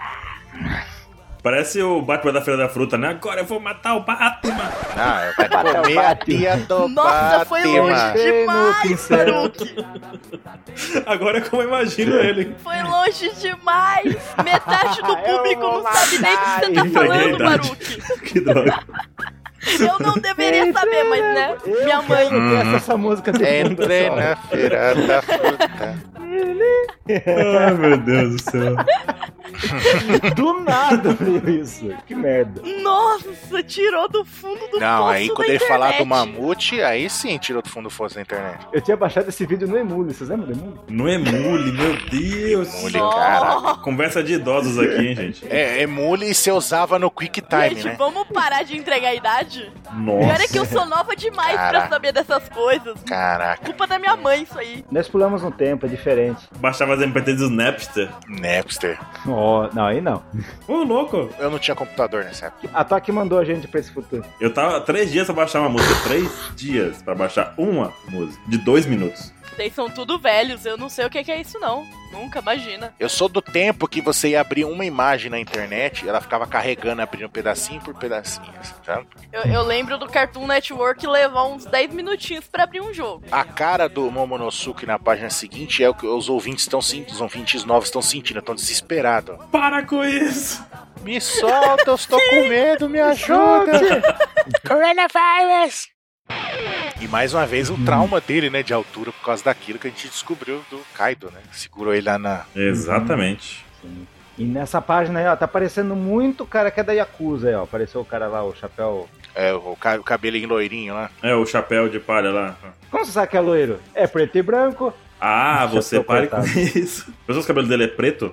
Parece o Batman da Feira da Fruta, né? Agora eu vou matar o Batman.
Ah, vai
Bateu,
comer a
bateu.
tia do
Nossa, foi longe
Batman.
Sim, no
demais,
pincel.
Baruque.
Agora é como eu imagino ele.
Foi longe demais. Metade do
Eu
público
vou
não sabe nem o que você tá
matar
É
falando,
ele.
Baruque.
Que droga.
Eu não deveria saber, mas né?
Eu
Minha mãe.
quero ter Essa, essa música de fundo
Entrei né?
só.
na feira da fruta.
Ai, meu Deus do céu.
Do nada veio isso. Que merda.
Nossa, tirou do fundo do
Não,
poço
aí
da
quando ele falar do
internet.
mamute, aí sim tirou do fundo do fosso da internet.
Eu tinha baixado esse vídeo no Emule, vocês lembram do Emule?
No Emule, meu Deus.
Emule.
Nossa.
Caraca.
Conversa de idosos aqui, hein, gente.
É, emule e você usava no Quick Time,
Gente,
né?
vamos parar de entregar a idade? Pior é que
Nossa.
eu sou nova demais pra
Caraca.
saber dessas coisas.
Caraca,
Culpa da minha mãe isso aí.
Nós pulamos um tempo, é diferente.
Baixava as MPT do Napster.
Napster.
Ó, não, aí não.
Ô, louco.
Eu não tinha computador nessa época.
A Toque mandou a gente pra esse futuro.
Eu tava três dias pra baixar uma música. Três dias pra baixar uma música. De dois minutos.
Vocês são tudo velhos, eu não sei o que que é isso não. Nunca, imagina.
Eu sou do tempo que você ia abrir uma imagem na internet, ela ficava carregando, abrindo pedacinho por pedacinho, assim, sabe?
Eu, eu lembro do Cartoon Network levar uns 10 minutinhos pra abrir um jogo.
A cara do Momonosuke na página seguinte é o que os ouvintes estão sentindo, os ouvintes novos estão sentindo, estão desesperados.
Para com isso.
Me solta, eu estou com medo, me ajuda! Coronavirus! E mais uma vez o trauma dele, né, de altura, por causa daquilo que a gente descobriu do Kaido, né? Segurou ele lá na.
Exatamente.
E nessa página aí, ó, tá aparecendo muito cara que é da Yakuza aí, ó. Apareceu o cara lá, o chapéu.
É, o, ca- o cabelo em loirinho lá.
É, o chapéu de palha lá.
Como você sabe que é loiro? É preto e branco.
Ah,
Chapéu
você pare com
cortado.
isso. Pensou que o cabelo dele é preto?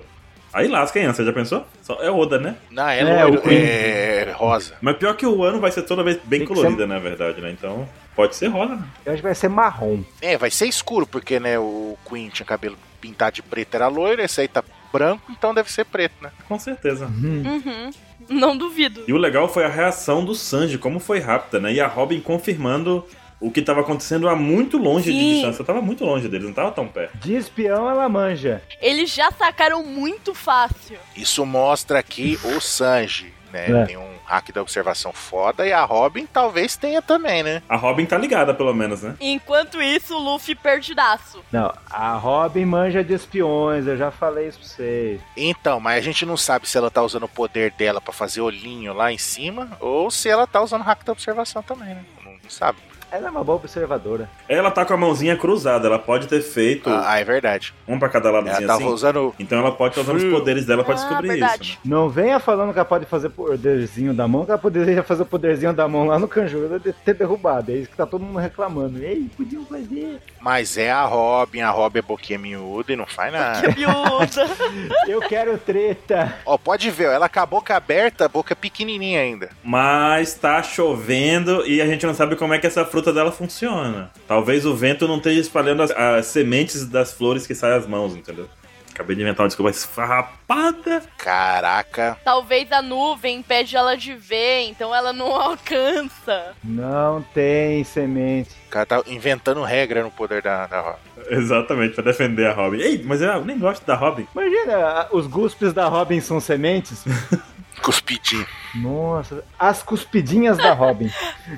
Aí lasca, hein? Você já pensou? Só- é Oda, né?
Não, é,
É, o
loiro,
Queen.
é rosa.
Mas pior que o ano vai ser toda vez bem
Tem que
colorida, na verdade, né? Então, pode ser rosa, né?
Eu acho que vai ser marrom.
É, vai ser escuro, porque, né, o Queen tinha cabelo pintado de preto, era loiro, esse aí tá branco, então deve ser preto, né?
Com certeza.
Uhum. Não duvido.
E o legal foi a reação do Sanji, como foi rápida, né? E a Robin confirmando o que tava acontecendo a muito longe de
Sim.
distância. Tava muito longe deles, não tava tão perto.
De espião ela manja.
Eles já sacaram muito fácil.
Isso mostra que o Sanji, né?
É.
Tem um hack da observação foda e a Robin talvez tenha também, né?
A Robin tá ligada, pelo menos, né?
Enquanto isso, o Luffy perdidaço.
Não, a Robin manja de espiões, eu já falei isso pra vocês.
Então, mas a gente não sabe se ela tá usando o poder dela pra fazer olhinho lá em cima ou se ela tá usando o hack da observação também, né? Não, não sabe.
Ela é uma boa observadora.
Ela tá com a mãozinha cruzada, ela pode ter feito
Ah, tá ah, é verdade.
um pra cada
Ela
ladozinho
tava
assim.
usando.
Então ela pode usar os poderes dela pra
Ah,
descobrir
verdade.
isso. Né?
Não venha falando que ela pode fazer poderzinho da mão, que ela poderia fazer o poderzinho da mão lá no Kanjuro de ter derrubado. É isso que tá todo mundo reclamando. Ei, podiam fazer.
Mas é a Robin, a Robin é boquinha miúda e não faz
Que
nada.
miúda.
Eu quero treta.
Ó, pode ver, ó, ela com a boca aberta, a boca pequenininha ainda.
Mas tá chovendo e a gente não sabe como é que essa fruta dela funciona. Talvez o vento não esteja espalhando as, as sementes das flores que saem às mãos, entendeu? Acabei de inventar uma desculpa esfarrapada.
Caraca.
Talvez a nuvem impede ela de ver, então ela não alcança.
Não tem semente.
O cara tá inventando regra no poder da, da Robin.
Exatamente, pra defender a Robin. Ei, mas eu nem gosto da Robin.
Imagina, a- os guspes da Robin são sementes?
Cuspidinho.
Nossa, as cuspidinhas da Robin.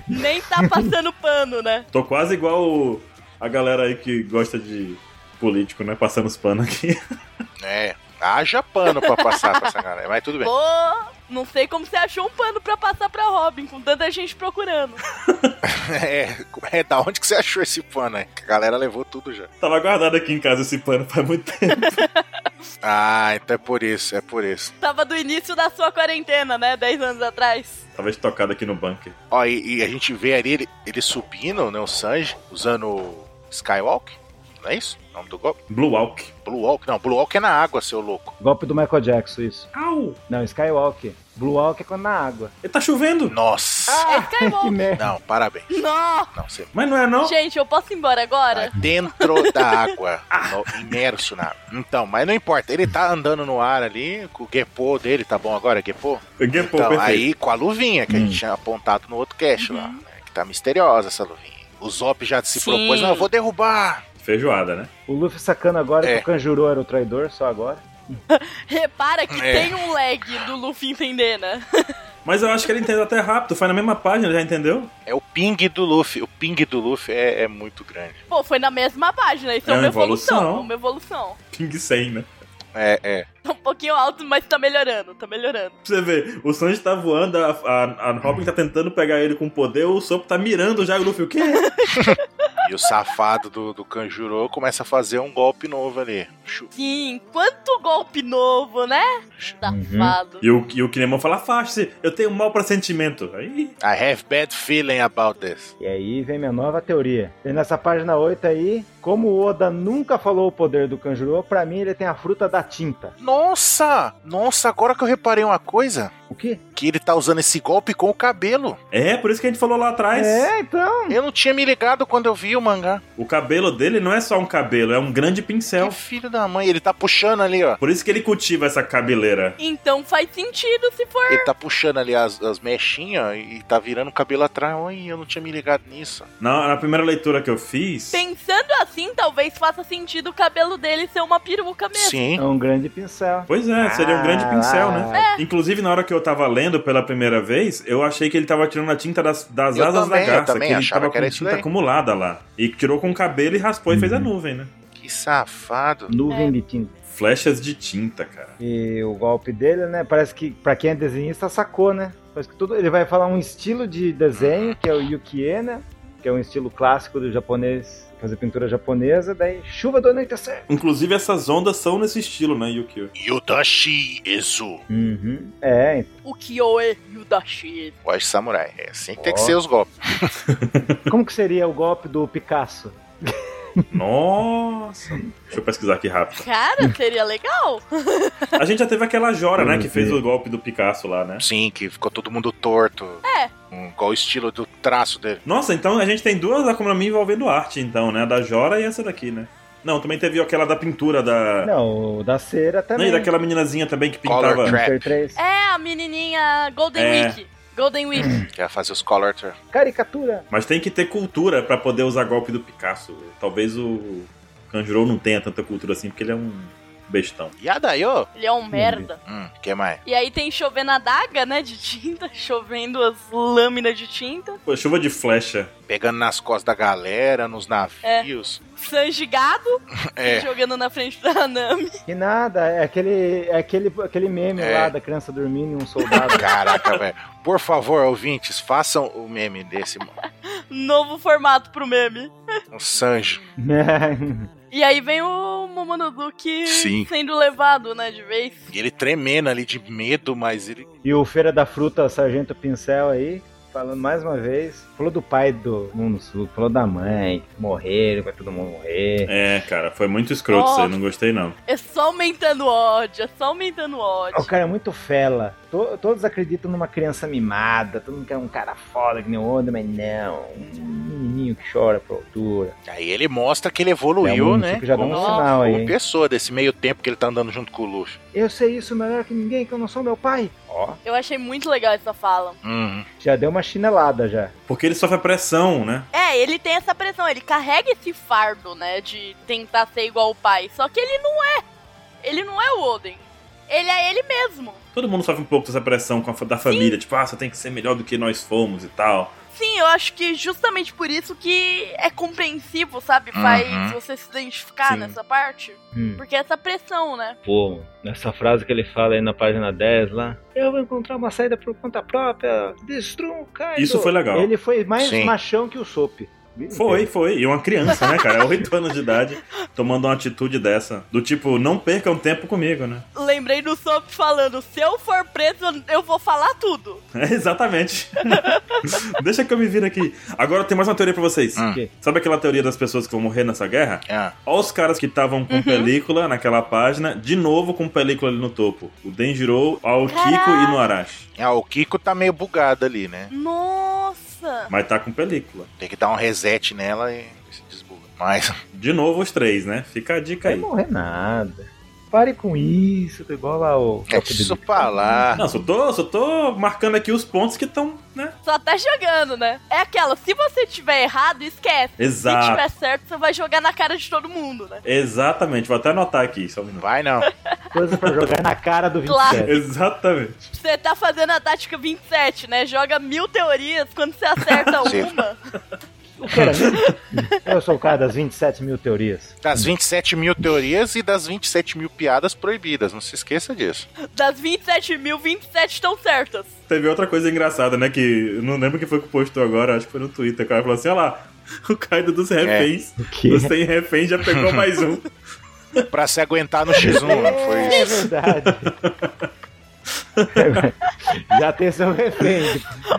Nem tá passando pano, né?
Tô quase igual o- a galera aí que gosta de político, né? Passando os panos aqui.
É, haja pano pra passar pra essa galera, mas tudo bem.
Pô, não sei como você achou um pano pra passar pra Robin, com tanta gente procurando.
É, é da onde que você achou esse pano aí? Que a galera levou tudo já.
Tava guardado aqui em casa esse pano faz muito tempo.
Ah, então é por isso, é por isso.
Tava do início da sua quarentena, né? 10 anos atrás.
Tava estocado aqui no bunker.
Ó, e, e a gente vê ali ele, ele subindo, né, o Sanji, usando o Skywalk, não é isso? O nome do golpe?
Blue Walk.
Blue Walk, não, Blue Walk é na água, seu louco.
Golpe do Michael Jackson, isso.
Au!
Não, Skywalk. Blue Walk é quando na água.
Ele tá chovendo!
Nossa!
É
Que
Skywalk.
merda.
Não, parabéns.
Não!
Não, você
Mas não é não?
Gente, eu posso ir embora
tá
agora?
dentro da água, no- imerso na água. Então, mas não importa, ele tá andando no ar ali, com o Geppo dele, tá bom agora, Geppo?
Peguei pô,
Então,
perfeito.
aí com a luvinha que a gente tinha apontado no outro cast lá, né, que tá misteriosa essa luvinha. O Zop já se
Sim.
propôs, não, eu vou derrubar.
Feijoada, né?
O Luffy sacando agora
É.
que o Kanjuro era o traidor, só agora.
Repara que
É.
tem um lag do Luffy entender, né?
Mas eu acho que ele entendeu até rápido, foi na mesma página, já entendeu?
É o ping do Luffy, o ping do Luffy é, é muito grande.
Pô, foi na mesma página, isso é,
É
uma
uma evolução.
evolução. É uma evolução.
Ping 100, né?
É, é.
Tá um pouquinho alto, mas tá melhorando, tá melhorando.
Pra você ver, o Sanji tá voando, a, a, a Robin tá tentando pegar ele com poder, o Sop tá mirando já, o Luffy, o quê?
E o safado do, do Kanjuro começa a fazer um golpe novo ali. Chu-
Sim, quanto golpe novo, né? Safado.
E o, e o Kinemon fala, afaste-se, eu tenho um mau pressentimento. Aí,
I have bad feeling about this.
E aí vem minha nova teoria. E nessa página 8 aí, como o Oda nunca falou o poder do Kanjuro, pra mim ele tem a fruta da tinta.
Nossa! Nossa, agora que eu reparei uma coisa.
O quê?
Que ele tá usando esse golpe com o cabelo.
é, por isso que a gente falou lá atrás,
É, então.
Eu não tinha me ligado quando eu vi o mangá.
o cabelo dele não é só um cabelo, é um grande pincel.
Que filho da mãe, ele tá puxando ali, ó.
Por isso que ele cultiva essa cabeleira.
Então faz sentido se for.
Ele tá puxando ali as, as mechinhas e tá virando o cabelo atrás. Ai, eu não tinha me ligado nisso.
Na, na primeira leitura que eu fiz,
Pensando assim, talvez faça sentido o cabelo dele ser uma peruca mesmo.
É
Sim.
um grande pincel.
Pois é, seria um grande
Ah,
pincel,
lá,
né? Inclusive, na hora que eu tava lendo pela primeira vez, eu achei que ele tava tirando a tinta das, das
Eu
asas
também, eu
da garça,
também
que ele
achava
tava
que era
com
isso
tinta
daí.
acumulada lá. E tirou com o cabelo e raspou e fez a nuvem, né?
Que safado.
Nuvem
É.
de tinta.
Flechas de tinta, cara.
E o golpe dele, né? Parece que pra quem é desenhista sacou, né? Parece que tudo, ele vai falar um estilo de desenho, que é o yukie, né? Que é um estilo clássico do japonês, fazer pintura japonesa, daí chuva do anoitecer.
Inclusive, essas ondas são nesse estilo, né, Yukio?
Yodashi Ezu.
Uhum. É,
O Kyoe Yudashi.
O Ash Samurai. É assim que tem que
Ó.
ser os golpes.
como que seria o golpe do Picasso?
Nossa! Deixa eu pesquisar aqui rápido.
Cara, seria legal.
A gente já teve aquela Jora, né, que fez o golpe do Picasso lá, né?
Sim, que ficou todo mundo torto.
É.
Hum, qual o estilo do traço dele?
Nossa, então a gente tem duas Akuma Mi envolvendo arte, então, né? A da Jora e essa daqui, né? Não, também teve aquela da pintura da...
Não, o da cera
Não,
também.
e daquela meninazinha também que pintava...
Color trap.
Monster 3.
É a menininha Golden
É.
Week. Golden Week.
Que ia fazer os color tra-
Caricatura.
Mas tem que ter cultura pra poder usar golpe do Picasso. Talvez o Kanjuro não tenha tanta cultura assim, porque ele é um bestão.
Yadayo?
Ele é um merda.
Hum, que mais?
E aí tem chovendo a daga, né, de tinta, chovendo as lâminas de tinta.
Pô, chuva de flecha.
Pegando nas costas da galera, nos
É.
navios.
Sanji gado
É.
jogando na frente da Nami.
E nada, é aquele, é aquele, aquele meme
É.
lá da criança dormindo e um soldado.
Caraca, velho. Por favor, ouvintes, façam o meme desse mano.
Novo formato pro meme.
Um Sanji.
É.
E aí vem o Momonosuke
Sim.
sendo levado, né, de vez.
E ele tremendo ali de medo, mas ele.
e o Feira da Fruta, Sargento Pincel aí, falando mais uma vez. Falou do pai do Mundo Sul, falou da mãe, morreram, vai todo mundo morrer.
É, cara, foi muito escroto isso aí, não gostei não.
É só aumentando o ódio, é só aumentando o
O
ódio.
cara é muito fela. To- todos acreditam numa criança mimada, todo mundo quer um cara foda que nem o Oda, mas não. Um menininho que chora pra altura.
Aí ele mostra que ele
é
evoluiu,
um
né?
tipo que já dá um
como,
sinal aí.
como
hein?
pessoa desse meio tempo que ele tá andando junto com o Luffy.
Eu sei isso melhor que ninguém, que eu não sou meu pai. Ó,
Eu achei muito legal essa fala.
Uhum.
já deu uma chinelada já.
Porque ele sofre pressão, né?
É, ele tem essa pressão, ele carrega esse fardo, né, de tentar ser igual o pai. Só que ele não é. Ele não é o Oden. Ele é ele mesmo.
Todo mundo sofre um pouco dessa pressão com a fa- da família, tipo, ah, você tem que ser melhor do que nós fomos e tal.
Sim, eu acho que justamente por isso que é compreensivo, sabe? Faz você se identificar
Sim.
nessa parte.
Hum.
Porque essa pressão, né?
Pô, nessa frase que ele fala aí na página 10 lá, eu vou encontrar uma saída por conta própria, destrua o Kaido.
Isso foi legal.
Ele foi mais
Sim.
machão que o Sop.
Foi, foi. E uma criança, né, cara? Oito anos de idade, tomando uma atitude dessa. Do tipo, não percam tempo comigo, né?
Lembrei do Sop falando: se eu for preso, eu vou falar tudo.
É, exatamente. Deixa que eu me vire aqui. Agora tem mais uma teoria pra vocês.
Hum.
Sabe aquela teoria das pessoas que vão morrer nessa guerra?
Ah,
Olha os caras que estavam com película naquela página, de novo com película ali no topo. O Denjiro, ao Kiko e no Arashi.
ah, o Kiko tá meio bugado ali, né?
Nossa!
Mas tá com película.
Tem que dar um reset nela e se desbuga. Mas, é
De novo os três, né? Fica a
Não vai
dica aí.
morrer nada. Pare com isso, tô igual lá o.
é isso pra lá.
Não, só tô, só tô marcando aqui os pontos que estão, né?
Só tá jogando, né? É aquela: se você tiver errado, esquece. Se
Exato.
tiver certo, você vai jogar na cara de todo mundo, né?
Exatamente. Vou até anotar aqui, só um minuto.
Vai não.
Coisa pra jogar na cara do 27.
Claro.
Exatamente.
Você tá fazendo a tática 27, né? Joga mil teorias, quando você acerta
Sim.
uma.
O cara, eu sou o cara das 27 mil teorias.
Das 27 mil teorias e das 27 mil piadas proibidas. Não se esqueça disso.
Das 27 mil, 27 estão certas.
Teve outra coisa engraçada, né? Que eu não lembro quem foi que postou agora, acho que foi no Twitter. O cara falou assim: olha lá, o Kaido dos reféns.
O quê?
Dos 100 reféns já pegou mais um.
Pra se aguentar no X1, não foi
É
isso?
verdade. Já tem seu refém.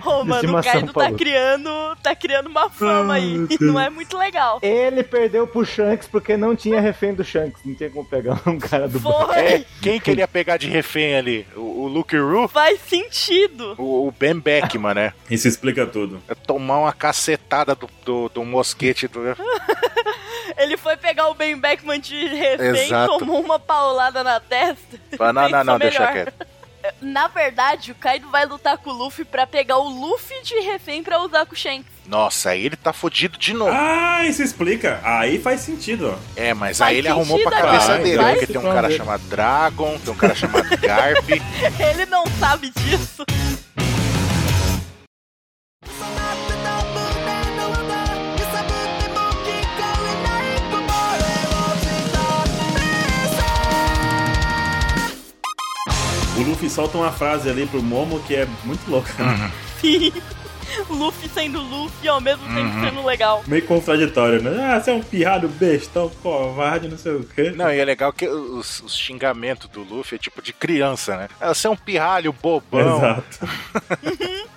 Ô, mano, o
Estimação,
Kaido tá
Paulo.
criando, tá criando uma fama aí.
meu
E não é muito legal.
Ele perdeu pro Shanks porque não tinha refém do Shanks. Não tinha como pegar um cara do
Foi,
É, quem queria pegar de refém ali? O, o Luke Roo?
faz sentido.
O, o Ben Beckman, né?
Isso explica tudo.
É Tomar uma cacetada do, do, do mosquete do.
Ele foi pegar o Ben Beckman de refém,
Exato.
tomou uma paulada na testa.
Fala, Não, não,
Pensou
não, deixa
melhor.
quieto.
Na verdade, o Kaido vai lutar com o Luffy pra pegar o Luffy de refém pra usar com o Shanks.
Nossa, aí ele tá fudido de novo.
Ah, isso explica. Aí faz sentido, ó.
É, mas
Faz
aí ele arrumou
sentido
pra cabeça
agora.
dele,
Faz.
porque tem um cara chamado Dragon, tem um cara chamado Garp.
Ele não sabe disso.
O Luffy solta uma frase ali pro Momo que é muito louca, né?
Sim. Luffy sendo Luffy ao mesmo tempo
Uhum.
sendo legal.
meio contraditório, né? Ah, você é um pirralho bestão, covarde, não sei o quê.
Não, e é legal que os, os xingamentos do Luffy é tipo de criança, né? Ah, Você é um pirralho bobão.
Exato.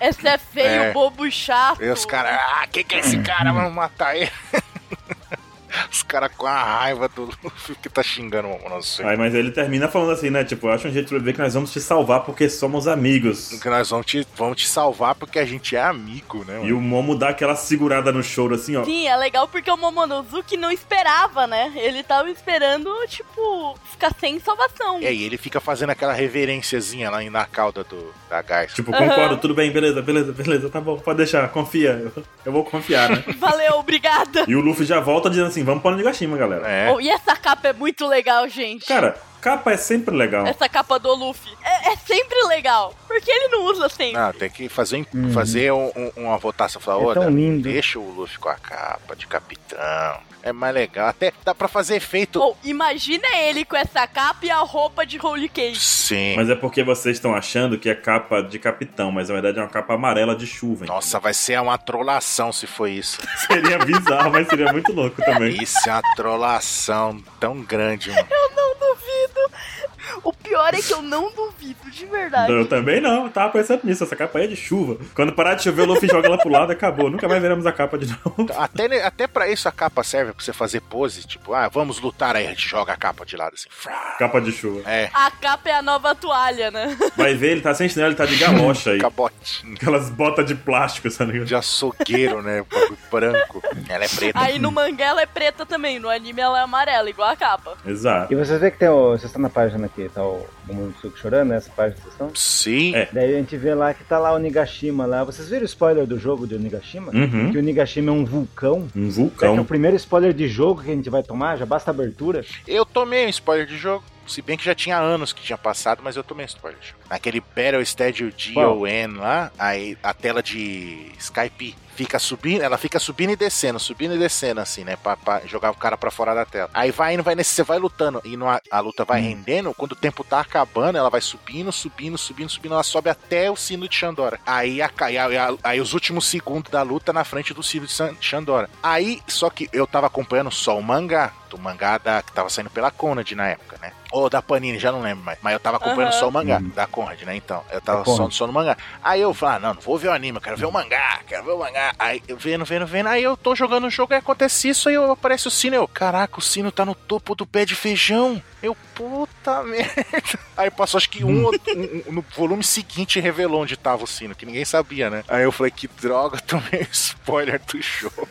Esse é feio,
É.
bobo chato.
E os caras, ah, quem que é esse cara? Vamos matar ele. os caras com a raiva do Luffy que tá xingando o Momonosuke.
Aí, mas ele termina falando assim, né? Tipo, acha um jeito de ver que nós vamos te salvar porque somos amigos.
Que nós vamos te, vamos te salvar porque a gente é amigo, né?
E
Mano?
o Momo dá aquela segurada no choro, assim, ó.
Sim, é legal porque o Momonosuke não esperava, né? Ele tava esperando, tipo, ficar sem salvação.
É, e ele fica fazendo aquela reverênciazinha lá na cauda do, da Gás.
Tipo,
Aham.
concordo, tudo bem, beleza, beleza, beleza, tá bom, pode deixar, confia. Eu- Eu vou confiar, né?
Valeu, obrigada.
e o Luffy já volta dizendo assim: vamos para Nigashima, galera.
É.
Oh, e essa capa é muito legal, gente.
Cara, capa é sempre legal.
Essa capa do Luffy. É, é sempre legal. Porque ele não usa sempre.
Não, tem que fazer, um-
Uhum.
fazer um- um- uma votação. Falar,
É
ô,
tão
Dan,
lindo."
deixa o Luffy com a capa de capitão. É mais legal. Até dá pra fazer efeito.
Oh, imagina ele com essa capa e a roupa de Holy Cake.
Sim.
Mas é porque vocês estão achando que é capa de capitão, mas na verdade é uma capa amarela de chuva. Hein?
Nossa, vai ser uma trolação se for isso.
Seria bizarro, mas seria muito louco também.
Isso é uma trolação tão grande, mano.
Eu não duvido. O pior é que eu não duvido, de verdade.
Então, Eu também não, tava pensando nisso. Essa capa aí é de chuva. Quando parar de chover, o Luffy joga ela pro lado e acabou. Nunca mais veremos a capa de novo.
Até, ne- até pra isso a capa serve pra você fazer pose, tipo, ah, vamos lutar aí, a gente joga a capa de lado assim. frá.
Capa de chuva.
É,
A capa é a nova toalha, né?
Vai ver, ele tá sem chinelo, ele tá de galocha aí.
cabotinho
Aquelas botas de plástico, essa negócio.
de açougueiro, né? O bagulho branco. Ela é preta.
Aí no mangá ela é preta também, no anime ela é amarela, igual a capa.
Exato.
E vocês vê que tem o. Vocês estão na página aqui, tá o Momonosuke chorando, né? Essa página que vocês estão.
Sim.
É.
Daí a gente vê lá que tá lá o Nigashima lá. Vocês viram o spoiler do jogo de Onigashima?
Uhum.
Que o Nigashima é um vulcão.
Um
Será que é o
vulcão.
primeiro spoiler de jogo que a gente vai tomar? Já basta a abertura?
Eu tomei um spoiler de jogo. Se bem que já tinha anos que tinha passado, mas eu tomei um spoiler. Naquele Battle Stadio D ou N lá, aí a tela de Skype fica subindo, ela fica subindo e descendo, subindo e descendo, assim, né? Pra, pra jogar o cara pra fora da tela. Aí vai indo, vai nesse, você vai lutando e não, a, a luta vai rendendo. Quando o tempo tá acabando, ela vai subindo, subindo, subindo, subindo, ela sobe até o sino de Xandora. Aí, a, aí, a- aí os últimos segundos da luta na frente do sino de San- Xandora. Aí, só que eu tava acompanhando só o mangá, do mangá da, que tava saindo pela Conrad na época, né? Ou da Panini, já não lembro mais. Mas eu tava acompanhando
Aham.
só o mangá,
Uhum.
da Conrad, né? Então, eu tava
Da
só,
Conrad.
só no mangá. Aí eu falo, ah, não, não vou ver o anime, eu quero ver o mangá, quero ver o mangá. Aí eu vendo, vendo, vendo, aí eu tô jogando o jogo e acontece isso, aí eu aparece o sino, eu, caraca, o sino tá no topo do pé de feijão. Eu, puta merda. Aí passou acho que um, ou- um- um- no volume seguinte revelou onde tava o sino, que ninguém sabia, né? Aí eu falei, que droga, tomei um spoiler do jogo.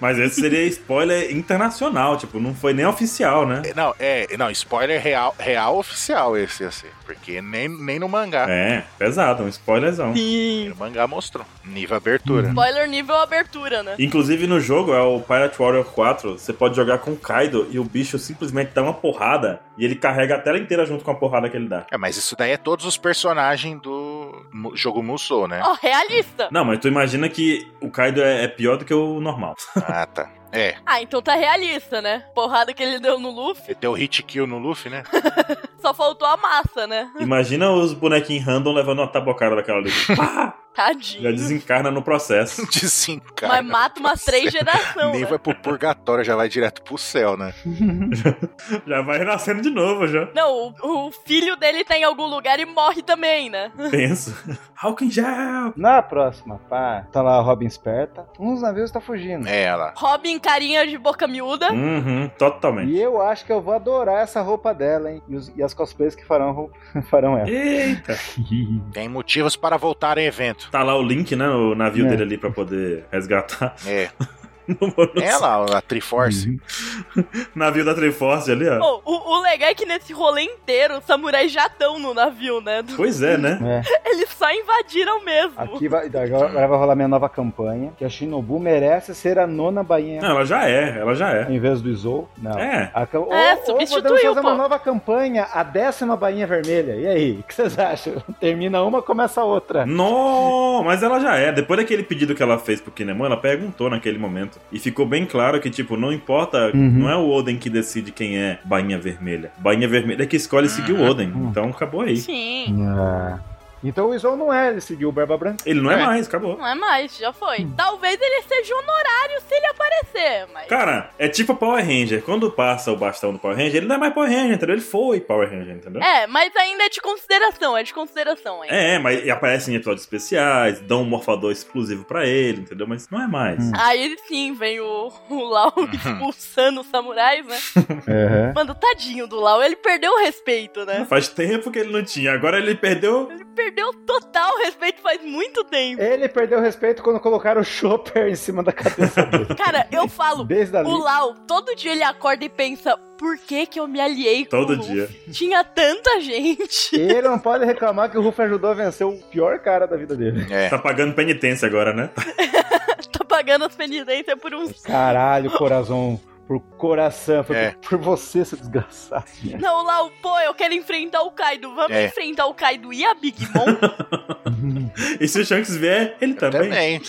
Mas esse seria spoiler internacional, tipo, não foi nem oficial, né?
Não, é, não, spoiler real, real oficial esse, assim, porque nem, nem no mangá.
É, pesado, um spoilerzão.
No
Sim.
mangá mostrou, nível abertura.
Spoiler nível abertura, né?
Inclusive no jogo, é o Pirate Warrior 4, você pode jogar com o Kaido e o bicho simplesmente dá uma porrada e ele carrega a tela inteira junto com a porrada que ele dá.
É, mas isso daí é todos os personagens do mu- jogo Musou, né?
Ó, realista.
Não, mas tu imagina que o Kaido é é pior do que o normal.
Oh.
Ah, tá. É,
Ah, então tá realista, né? Porrada que ele deu no Luffy,
ele deu hit kill no Luffy, né?
só faltou a massa, né?
Imagina os bonequinhos random levando uma tabocada daquela ali. Pá! Já
Tadinho.
desencarna no processo.
Desencarna.
Mas
né?
mata umas três gerações.
Nem
né?
vai é pro purgatório, já vai direto pro céu, né?
Já vai renascendo de novo, já.
Não, o, o filho dele tá em algum lugar e morre também, né?
Penso. Hawking Gel!
Na próxima pá, tá lá a Robin esperta. Um dos navios tá fugindo.
É, ela.
Robin carinha de boca miúda.
Uhum, totalmente.
E eu acho que eu vou adorar essa roupa dela, hein? E, os- e as cosplays que farão, roupa- farão ela.
Eita!
Tem motivos para voltar ao evento.
Tá lá o Link, né? O navio
É.
dele ali pra poder resgatar.
É.
Não vou- não
Ela, a Triforce.
Uhum.
sei. Navio da Triforce ali, ó.
Pô, o, o legal é que nesse rolê inteiro, os samurais já estão no navio, né?
Pois é, né?
É.
Eles só invadiram mesmo.
Aqui vai, agora agora vai rolar minha nova campanha, que a Shinobu merece ser a nona bainha
Não, ela já é, ela já é.
em vez do Izou. Não.
É.
A, ca- ou,
É,
ou
substituiu,
podemos fazer uma
pô.
nova campanha, a décima bainha vermelha. E aí, o que vocês acham? Termina uma, começa a outra.
Não, mas ela já é. Depois daquele pedido que ela fez pro Kinemon, ela perguntou naquele momento. E ficou bem claro que, tipo, não importa,
Uhum.
não é o Oden que decide quem é Bainha Vermelha. Bainha Vermelha é que escolhe seguir o Oden.
Uhum.
Então acabou aí.
Sim,
Hum.
Ah. Então o Izou não é, ele seguiu o Barba Branca.
Ele não é,
É.
mais, acabou.
não é mais, já foi.
Hum.
Talvez ele seja um honorário se ele aparecer, mas.
Cara, é tipo Power Ranger. Quando passa o bastão do Power Ranger, ele não é mais Power Ranger, entendeu? Ele foi Power Ranger, entendeu?
É, mas ainda é de consideração, é de consideração ainda.
É, mas aparece em episódios especiais, dão um morfador exclusivo pra ele, entendeu? Mas não é mais.
Hum.
Aí sim vem o, o Lau
Uhum.
expulsando os samurais, né? Mano, tadinho do Lau, ele perdeu o respeito, né?
Faz tempo que ele não tinha, agora ele perdeu.
Ele perdeu total respeito faz muito tempo.
É.
Ele perdeu o respeito quando colocaram o Chopper em cima da cabeça dele.
Cara, eu falo,
Desde ali.
o Lau, todo dia ele acorda e pensa, por que que eu me aliei com
Todo
o Luffy?
dia.
Tinha tanta gente.
Ele não pode reclamar que o Ruff ajudou a vencer o pior cara da vida dele.
É.
Tá pagando penitência agora, né?
tá pagando as penitências por uns...
Caralho, coração. Por coração, foi
É.
por, por você, seu desgraçado.
Não, Lau, pô, eu quero enfrentar o Kaido. Vamos
É.
enfrentar o Kaido e a Big Mom?
E se o Shanks vier, ele também.
Também.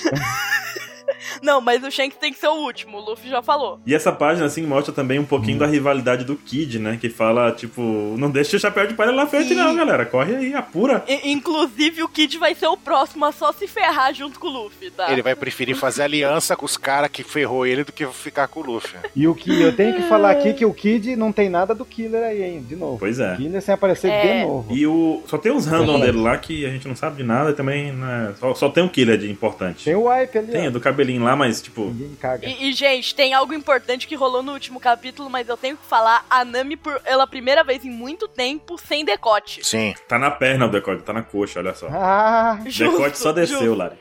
Não, mas o Shanks tem que ser o último, o Luffy já falou.
E essa página, assim, mostra também um pouquinho
Hum.
da rivalidade do Kid, né? Que fala, tipo, não deixa o chapéu de palha lá na frente,
Sim.
não, galera. Corre aí, apura.
I- inclusive, o Kid vai ser o próximo a só se ferrar junto com o Luffy, tá?
Ele vai preferir fazer aliança com os caras que ferrou ele do que ficar com o Luffy.
E o que eu tenho que falar aqui é que o Kid não tem nada do Killer aí, hein? De novo.
Pois é.
Killer sem aparecer
É.
de novo.
E o. Só tem uns random
Sim.
dele lá que a gente não sabe de nada e também. né, Só, só tem um killer de importante.
Tem um o wipe ali.
Tem
ó.
o do cabelinho lá, mas, tipo.
Ninguém caga.
E, e, gente, tem algo importante que rolou no último capítulo, mas eu tenho que falar. A Nami, por, pela primeira vez em muito tempo, sem decote.
Sim.
Tá na perna o decote, tá na coxa, olha só.
Ah,
Justo,
Decote só desceu,
justo.
Lari.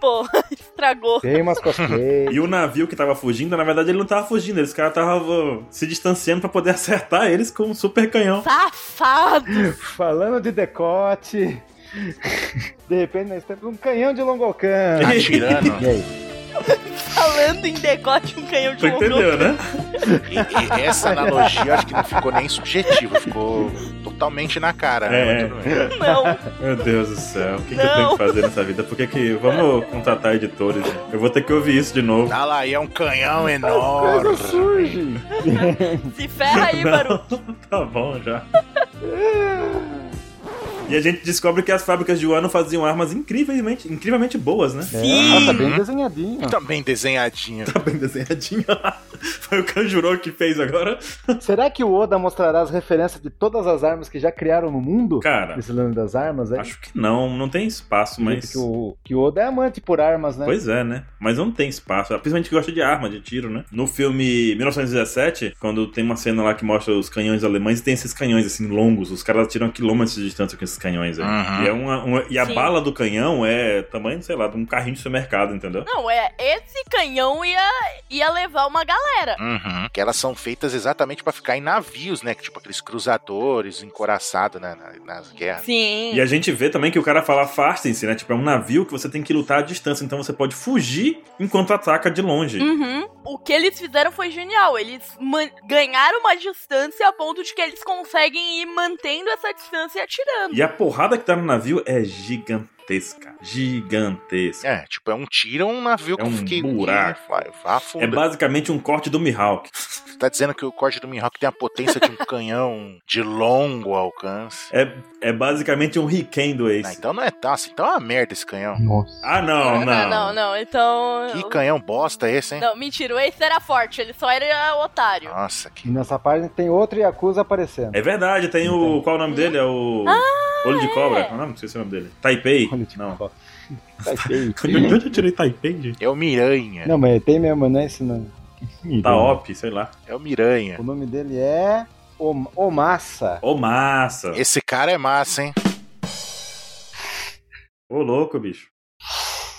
Pô, estragou.
tem umas cosplays.
E o navio que tava fugindo, na verdade, ele não tava fugindo. Eles caras estavam se distanciando pra poder acertar eles com um super canhão.
Safado!
Falando de decote. né,
Tá
De repente nós temos um canhão de longo alcance.
Atirando.
E aí?
Tá falando em decote um canhão de
Tu
ombro.
entendeu, né?
E, e essa analogia acho que não ficou nem subjetiva, ficou totalmente na cara. né?
É.
Mas tudo bem.
Não.
Meu Deus do céu, o que, que eu
Não.
tenho que fazer nessa vida? Por que que... Vamos contratar editores. né? Eu vou ter que ouvir isso de novo.
Tá lá, e é um canhão
Coisa
enorme.
surge.
Se ferra aí, Baru.
Não, tá bom já. E a gente descobre que as fábricas de Wano faziam armas incrivelmente, incrivelmente boas, né?
Sim.
É, nossa, bem desenhadinho.
Também desenhadinho.
Tá bem desenhadinha. Foi o Kanjuro que fez agora.
Será que o Oda mostrará as referências de todas as armas que já criaram no mundo?
Cara,
Esse lance das armas, hein?
acho que não. Não tem espaço,
Do jeito
mas...
que, o, que o Oda é amante por armas, né?
Pois é, né? Mas não tem espaço. Principalmente que gosta de arma, de tiro, né? No filme 1917, quando tem uma cena lá que mostra os canhões alemães, e tem esses canhões assim longos. Os caras atiram a quilômetros de distância com esses canhões aí.
Uhum.
E, é uma, uma- e a
Sim.
bala do canhão é tamanho, sei lá, de um carrinho de supermercado, entendeu?
Não, é. Esse canhão ia, ia levar uma galera.
Uhum. Que elas são feitas exatamente pra ficar em navios, né? Que Tipo aqueles cruzadores encoraçados né? na- nas guerras.
Sim.
E a gente vê também que o cara fala afastem-se, né? Tipo, é um navio que você tem que lutar à distância, então você pode fugir enquanto ataca de longe.
Uhum. O que eles fizeram foi genial. Eles man- ganharam uma distância a ponto de que eles conseguem ir mantendo essa distância e atirando.
E a porrada que tá no navio é gigantesca. Gigantesca.
É, tipo, é um tiro, um navio
É um
que que-
buraco.
que vai- vai
É
afunda.
basicamente um corte do Mihawk.
Tá dizendo que o corte do Minhawk tem a potência de um canhão de longo alcance.
É basicamente um Riken do
Ah,
Ace.
então não é tá, assim, então é uma merda esse canhão.
Nossa.
Ah, não, não.
não, não. não. Então.
Que canhão bosta é esse, hein?
Não, mentira, o Ace era forte, ele só era otário.
Nossa,
E
que.
nessa página tem outro Yakuza aparecendo.
É verdade, tem o. Qual o nome dele? É o.
Ah,
Olho
é.
de Cobra? Qual o nome? Esqueci é o nome dele. Taipei?
Olha, tipo,
Não.
ó. Tá feio.
De onde eu tirei Taipei, gente?
É o Miranha.
Não, mas tem mesmo, não é esse não.
Taop, sei lá.
É o Miranha.
O nome dele é Om- Omassa.
Ô, massa.
Esse cara é massa, hein?
Ô, louco, bicho.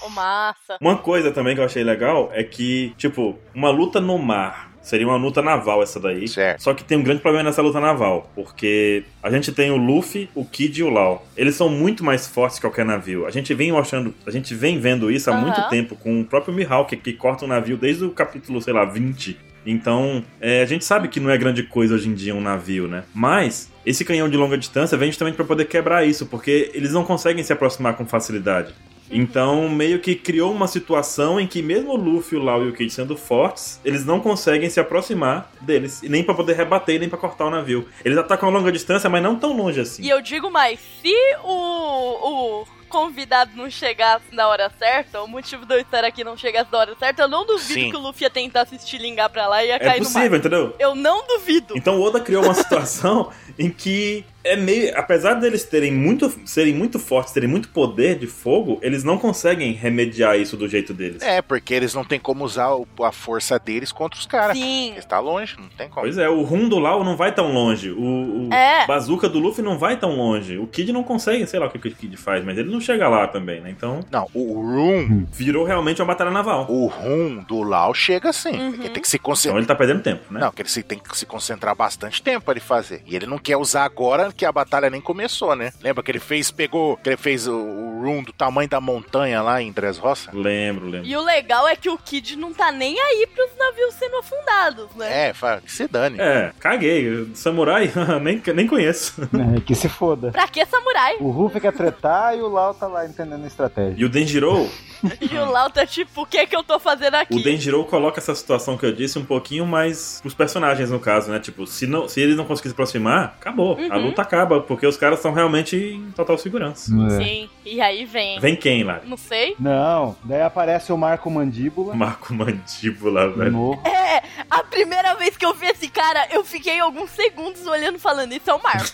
Ô, massa.
Uma coisa também que eu achei legal é que, tipo, uma luta no mar. Seria uma luta naval essa daí.
Certo.
Só que tem um grande problema nessa luta naval, porque a gente tem o Luffy, o Kid e o Law. Eles são muito mais fortes que qualquer navio. A gente vem achando, a gente vem vendo isso há
Aham.
muito tempo com o próprio Mihawk, que corta um navio desde o capítulo, sei lá, 20. Então, é, a gente sabe que não é grande coisa hoje em dia um navio, né? Mas esse canhão de longa distância vem justamente pra poder quebrar isso, porque eles não conseguem se aproximar com facilidade. Então, meio que criou uma situação em que, mesmo o Luffy, o Lau e o Kid sendo fortes, eles não conseguem se aproximar deles. E nem pra poder rebater, e nem pra cortar o navio. Eles atacam a longa distância, mas não tão longe assim.
E eu digo mais, se o, o convidado não chegasse na hora certa, o motivo de eu estar aqui não chegasse na hora certa, eu não duvido
Sim.
que o Luffy ia tentar se estilingar pra lá e ia
É
cair no
possível,
mar.
entendeu?
Eu não duvido.
Então o Oda criou uma situação em que é meio, apesar deles terem muito, serem muito fortes, terem muito poder de fogo, eles não conseguem remediar isso do jeito deles.
É, porque eles não tem como usar o- a força deles contra os caras.
Sim.
Eles tá longe, não tem como.
Pois é, o Rum do Lau não vai tão longe, o, o
É.
Bazooka do Luffy não vai tão longe, o Kid não consegue, sei lá o que que o Kid faz, mas ele não chega lá também, né? Então
Não, o Room,
virou realmente uma batalha naval.
o Room do Lau chega assim.
Uhum.
Ele tem que se
Então
concentrar.
ele tá perdendo tempo, né?
Não, que ele se- tem que se concentrar bastante tempo pra ele fazer. E ele não quer usar agora que a batalha nem começou, né? Lembra que ele fez, pegou, que ele fez o, o Room do tamanho da montanha lá em Dres Roça?
Lembro, lembro.
E o legal é que o Kid não tá nem aí pros navios sendo afundados, né?
É, fala, que se dane.
É, caguei. Samurai, nem, nem conheço.
É, que se foda.
Pra que samurai?
Uhum.
O Ruffy quer tretar e o Lau tá lá entendendo a estratégia.
E o Denjiro,
E o Lau tá tipo, o que que eu tô fazendo aqui?
O Denjiro coloca essa situação que eu disse um pouquinho mais os personagens, no caso, né? Tipo, se, não, se eles não conseguirem se aproximar, acabou. A
Uhum.
luta acaba, porque os caras estão realmente em total segurança.
É.
Sim, e aí vem.
Vem quem lá?
Não sei.
Não, daí aparece o Marco Mandíbula.
Marco Mandíbula,
de
velho.
novo.
É, a primeira vez que eu vi esse cara, eu fiquei alguns segundos olhando e falando, isso é o Marco.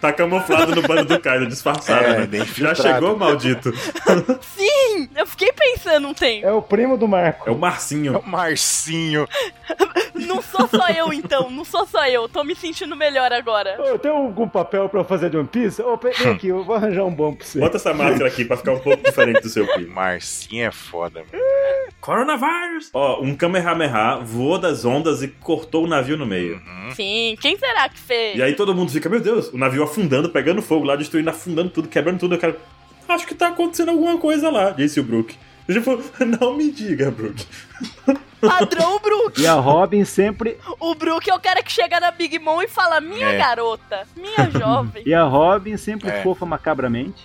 Tá camuflado no bando do Kaido, disfarçado,
É,
né?
bem
Já
filtrado.
chegou, maldito.
Sim, eu fiquei pensando um tempo.
É o primo do Marco.
É o
É
Marcinho.
o Marcinho.
Não sou só eu, então. Não sou só eu. Tô me sentindo melhor agora.
Ô, tem algum papel pra eu fazer de One Piece? Ô, pe- vem aqui, eu vou arranjar um bom pra você.
Bota essa máscara aqui pra ficar um pouco diferente do seu primo.
Marcinho é foda, mano.
Coronavirus! Ó, um Kamehameha voou das ondas e cortou o navio no meio.
Sim, quem será que fez?
E aí todo mundo fica, meu Deus, o navio afundando, pegando fogo lá, destruindo, afundando tudo, quebrando tudo. Eu quero. Acho que tá acontecendo alguma coisa lá, disse o Brook. Tipo, não me diga, Brook.
Padrão Brook.
E a Robin sempre.
O Brook é o cara que chega na Big Mom e fala: Minha
É.
garota, minha jovem.
E a Robin sempre
É.
fofa macabramente.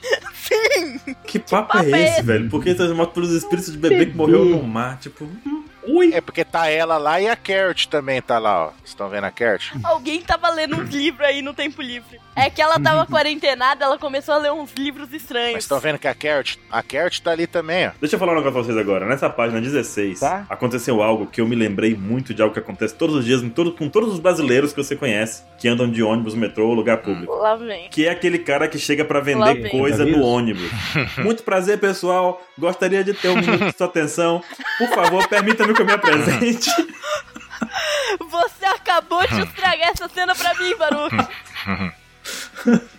Que papo,
papo
é
é
esse,
esse?
velho? Por que transformado pelos espíritos de bebê que morreu no mar? Tipo, hum, ui.
É porque tá ela lá e a Carrot também tá lá, ó. Vocês estão vendo a Carrot?
Alguém tava lendo uns livros aí no tempo livre. É que ela tava quarentenada, ela começou a ler uns livros
Mas tá
estranhos.
estão vendo que a Carrot, a Carrot tá ali também, ó.
Deixa eu falar um negócio pra vocês agora. Nessa página 16,
Tá.
aconteceu algo que eu me lembrei muito de algo que acontece todos os dias em todo- com todos os brasileiros que você conhece, que andam de ônibus, metrô ou lugar público.
Lá vem.
Que é aquele cara que chega pra
Lá
vender
vem.
coisa no
Vírus.
ônibus. Muito prazer, pessoal. Gostaria de ter um minuto de sua atenção. Por favor, permita-me que eu me apresente.
Você acabou de estragar essa cena pra mim, Baruch.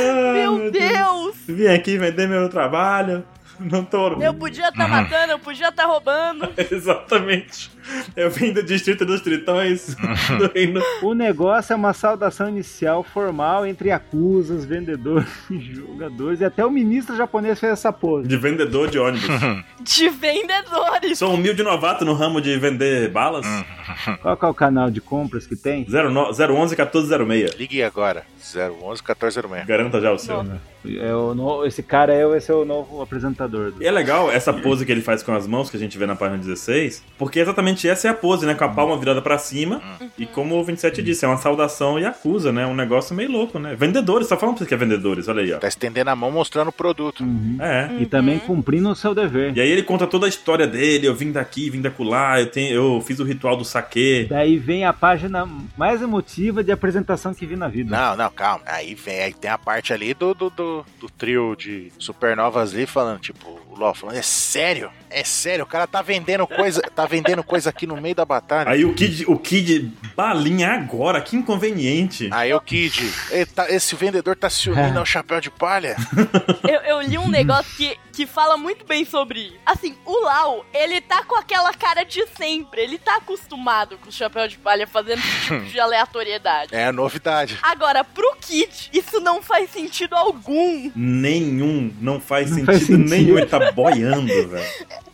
Ah,
Meu Deus!
Vim aqui vender meu trabalho. Não tô.
Eu podia estar matando, eu podia estar roubando.
Exatamente. Eu vim do Distrito dos Tritões, do Reino.
O negócio é uma saudação inicial formal entre acusas, vendedores, jogadores e até o ministro japonês fez essa pose.
De vendedor de ônibus.
De vendedores.
Sou um humilde novato no ramo de vender balas.
Qual que é o canal de compras que tem?
09 011 1406.
Ligue agora. 011 1406.
Garanta já o seu.
Nossa.
É o no- Esse cara é, o- esse é o novo apresentador. do-
E é legal essa pose que ele faz com as mãos, que a gente vê na página 16, porque exatamente essa é a pose, né? Com a palma virada pra cima. E como o 27 disse, é uma saudação e acusa, né? Um negócio meio louco, né? Vendedores, tá falando pra você que é vendedores, olha aí, ó.
Tá estendendo a mão mostrando o produto.
Uhum.
É.
E também cumprindo o seu dever.
E aí ele conta toda a história dele, eu vim daqui, vim daculá, eu, tenho, eu fiz o ritual do saque.
Daí vem a página mais emotiva de apresentação que vi na vida.
Não, não, calma. Aí vem, aí tem a parte ali do, do, do, do trio de supernovas ali falando, tipo, o LOL falando, é sério? É sério, o cara tá vendendo coisa, tá vendendo coisa aqui no meio da batalha. Aí,
Aí o Kid, o Kid balinha agora, que inconveniente.
o Kid, "Ele tá- esse vendedor tá se unindo ao chapéu de palha.
Eu, eu li um negócio que, que fala muito bem sobre. Assim, o Lau, ele tá com aquela cara de sempre. Ele tá acostumado com o chapéu de palha fazendo esse tipo de aleatoriedade.
É a novidade.
Agora, pro Kid, isso não faz sentido algum.
Nenhum, não faz
Não
sentido
faz sentido.
nenhum, ele tá boiando, velho.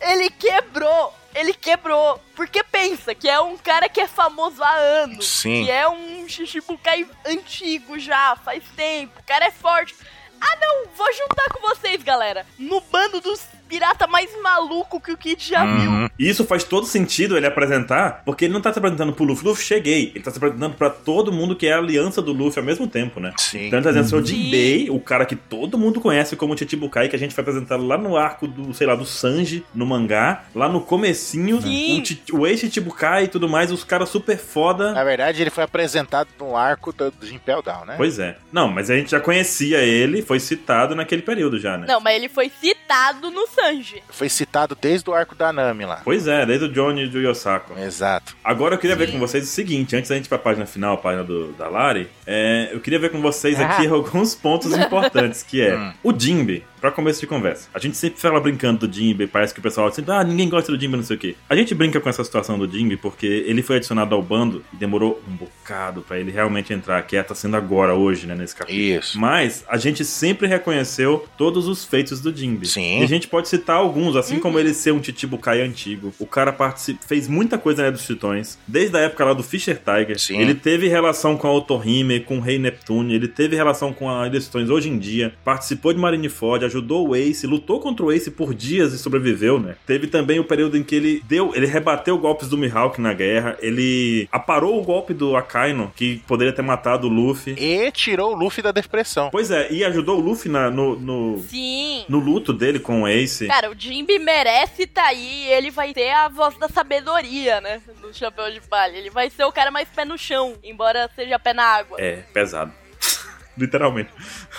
Ele quebrou. Ele quebrou. Porque pensa que é um cara que é famoso há anos.
Sim.
Que é um Shichibukai antigo já, faz tempo. O cara é forte. Ah, não, vou juntar com vocês, galera. No bando dos pirata mais maluco que o Kid já viu.
E isso faz todo sentido ele apresentar, porque ele não tá se apresentando pro Luffy, Luffy, cheguei. Ele tá se apresentando pra todo mundo que é a aliança do Luffy ao mesmo tempo, né?
Sim.
Então ele tá dizendo,
Uhum.
seu
Sim.
Jinbei, o cara que todo mundo conhece como Chichibukai, que a gente foi apresentado lá no arco do, sei lá, do Sanji, no mangá, lá no comecinho,
Sim.
o, Chi- o ex-Chichibukai e tudo mais, os caras super foda.
Na verdade, ele foi apresentado no arco do, do Impel Down, né?
Pois é. Não, mas a gente já conhecia ele, foi citado naquele período já, né?
Não, mas ele foi citado no Sanji.
Foi citado desde o arco da Nami lá.
Pois é, desde o Johnny e do
É.
Yosako.
Exato.
Agora eu queria ver com vocês o seguinte, antes da gente ir pra página final, a página do, da Lari, é, eu queria ver com vocês aqui alguns pontos importantes, que é
Hum.
o Jimbe, pra começo de conversa. A gente sempre fala brincando do Jimbe, parece que o pessoal sempre, ah, ninguém gosta do Jimbe, não sei o quê. A gente brinca com essa situação do Jimbe porque ele foi adicionado ao bando e demorou um bocado pra ele realmente entrar, que é, tá sendo agora, hoje, né, nesse capítulo.
Isso.
Mas a gente sempre reconheceu todos os feitos do Jimbe.
Sim.
E a gente pode citar alguns, assim como ele ser um Titibukai antigo. O cara partici- fez muita coisa né, dos Titões, desde a época lá do Fischer Tiger.
Sim.
Ele teve relação com a Otorrime, com o Rei Neptune, ele teve relação com a Ilha dos Titões hoje em dia, participou de Marineford, ajudou o Ace, lutou contra o Ace por dias e sobreviveu, né? Teve também o período em que ele deu, ele rebateu golpes do Mihawk na guerra, ele aparou o golpe do Akaino, que poderia ter matado o Luffy.
E tirou o Luffy da depressão.
Pois é, e ajudou o Luffy na- no, no,
Sim.
no luto dele com o Ace.
Cara, o Jimby merece tá aí e ele vai ter a voz da sabedoria, né? No chapéu de palha. Ele vai ser o cara mais pé no chão, embora seja pé na água.
É, pesado. Literalmente.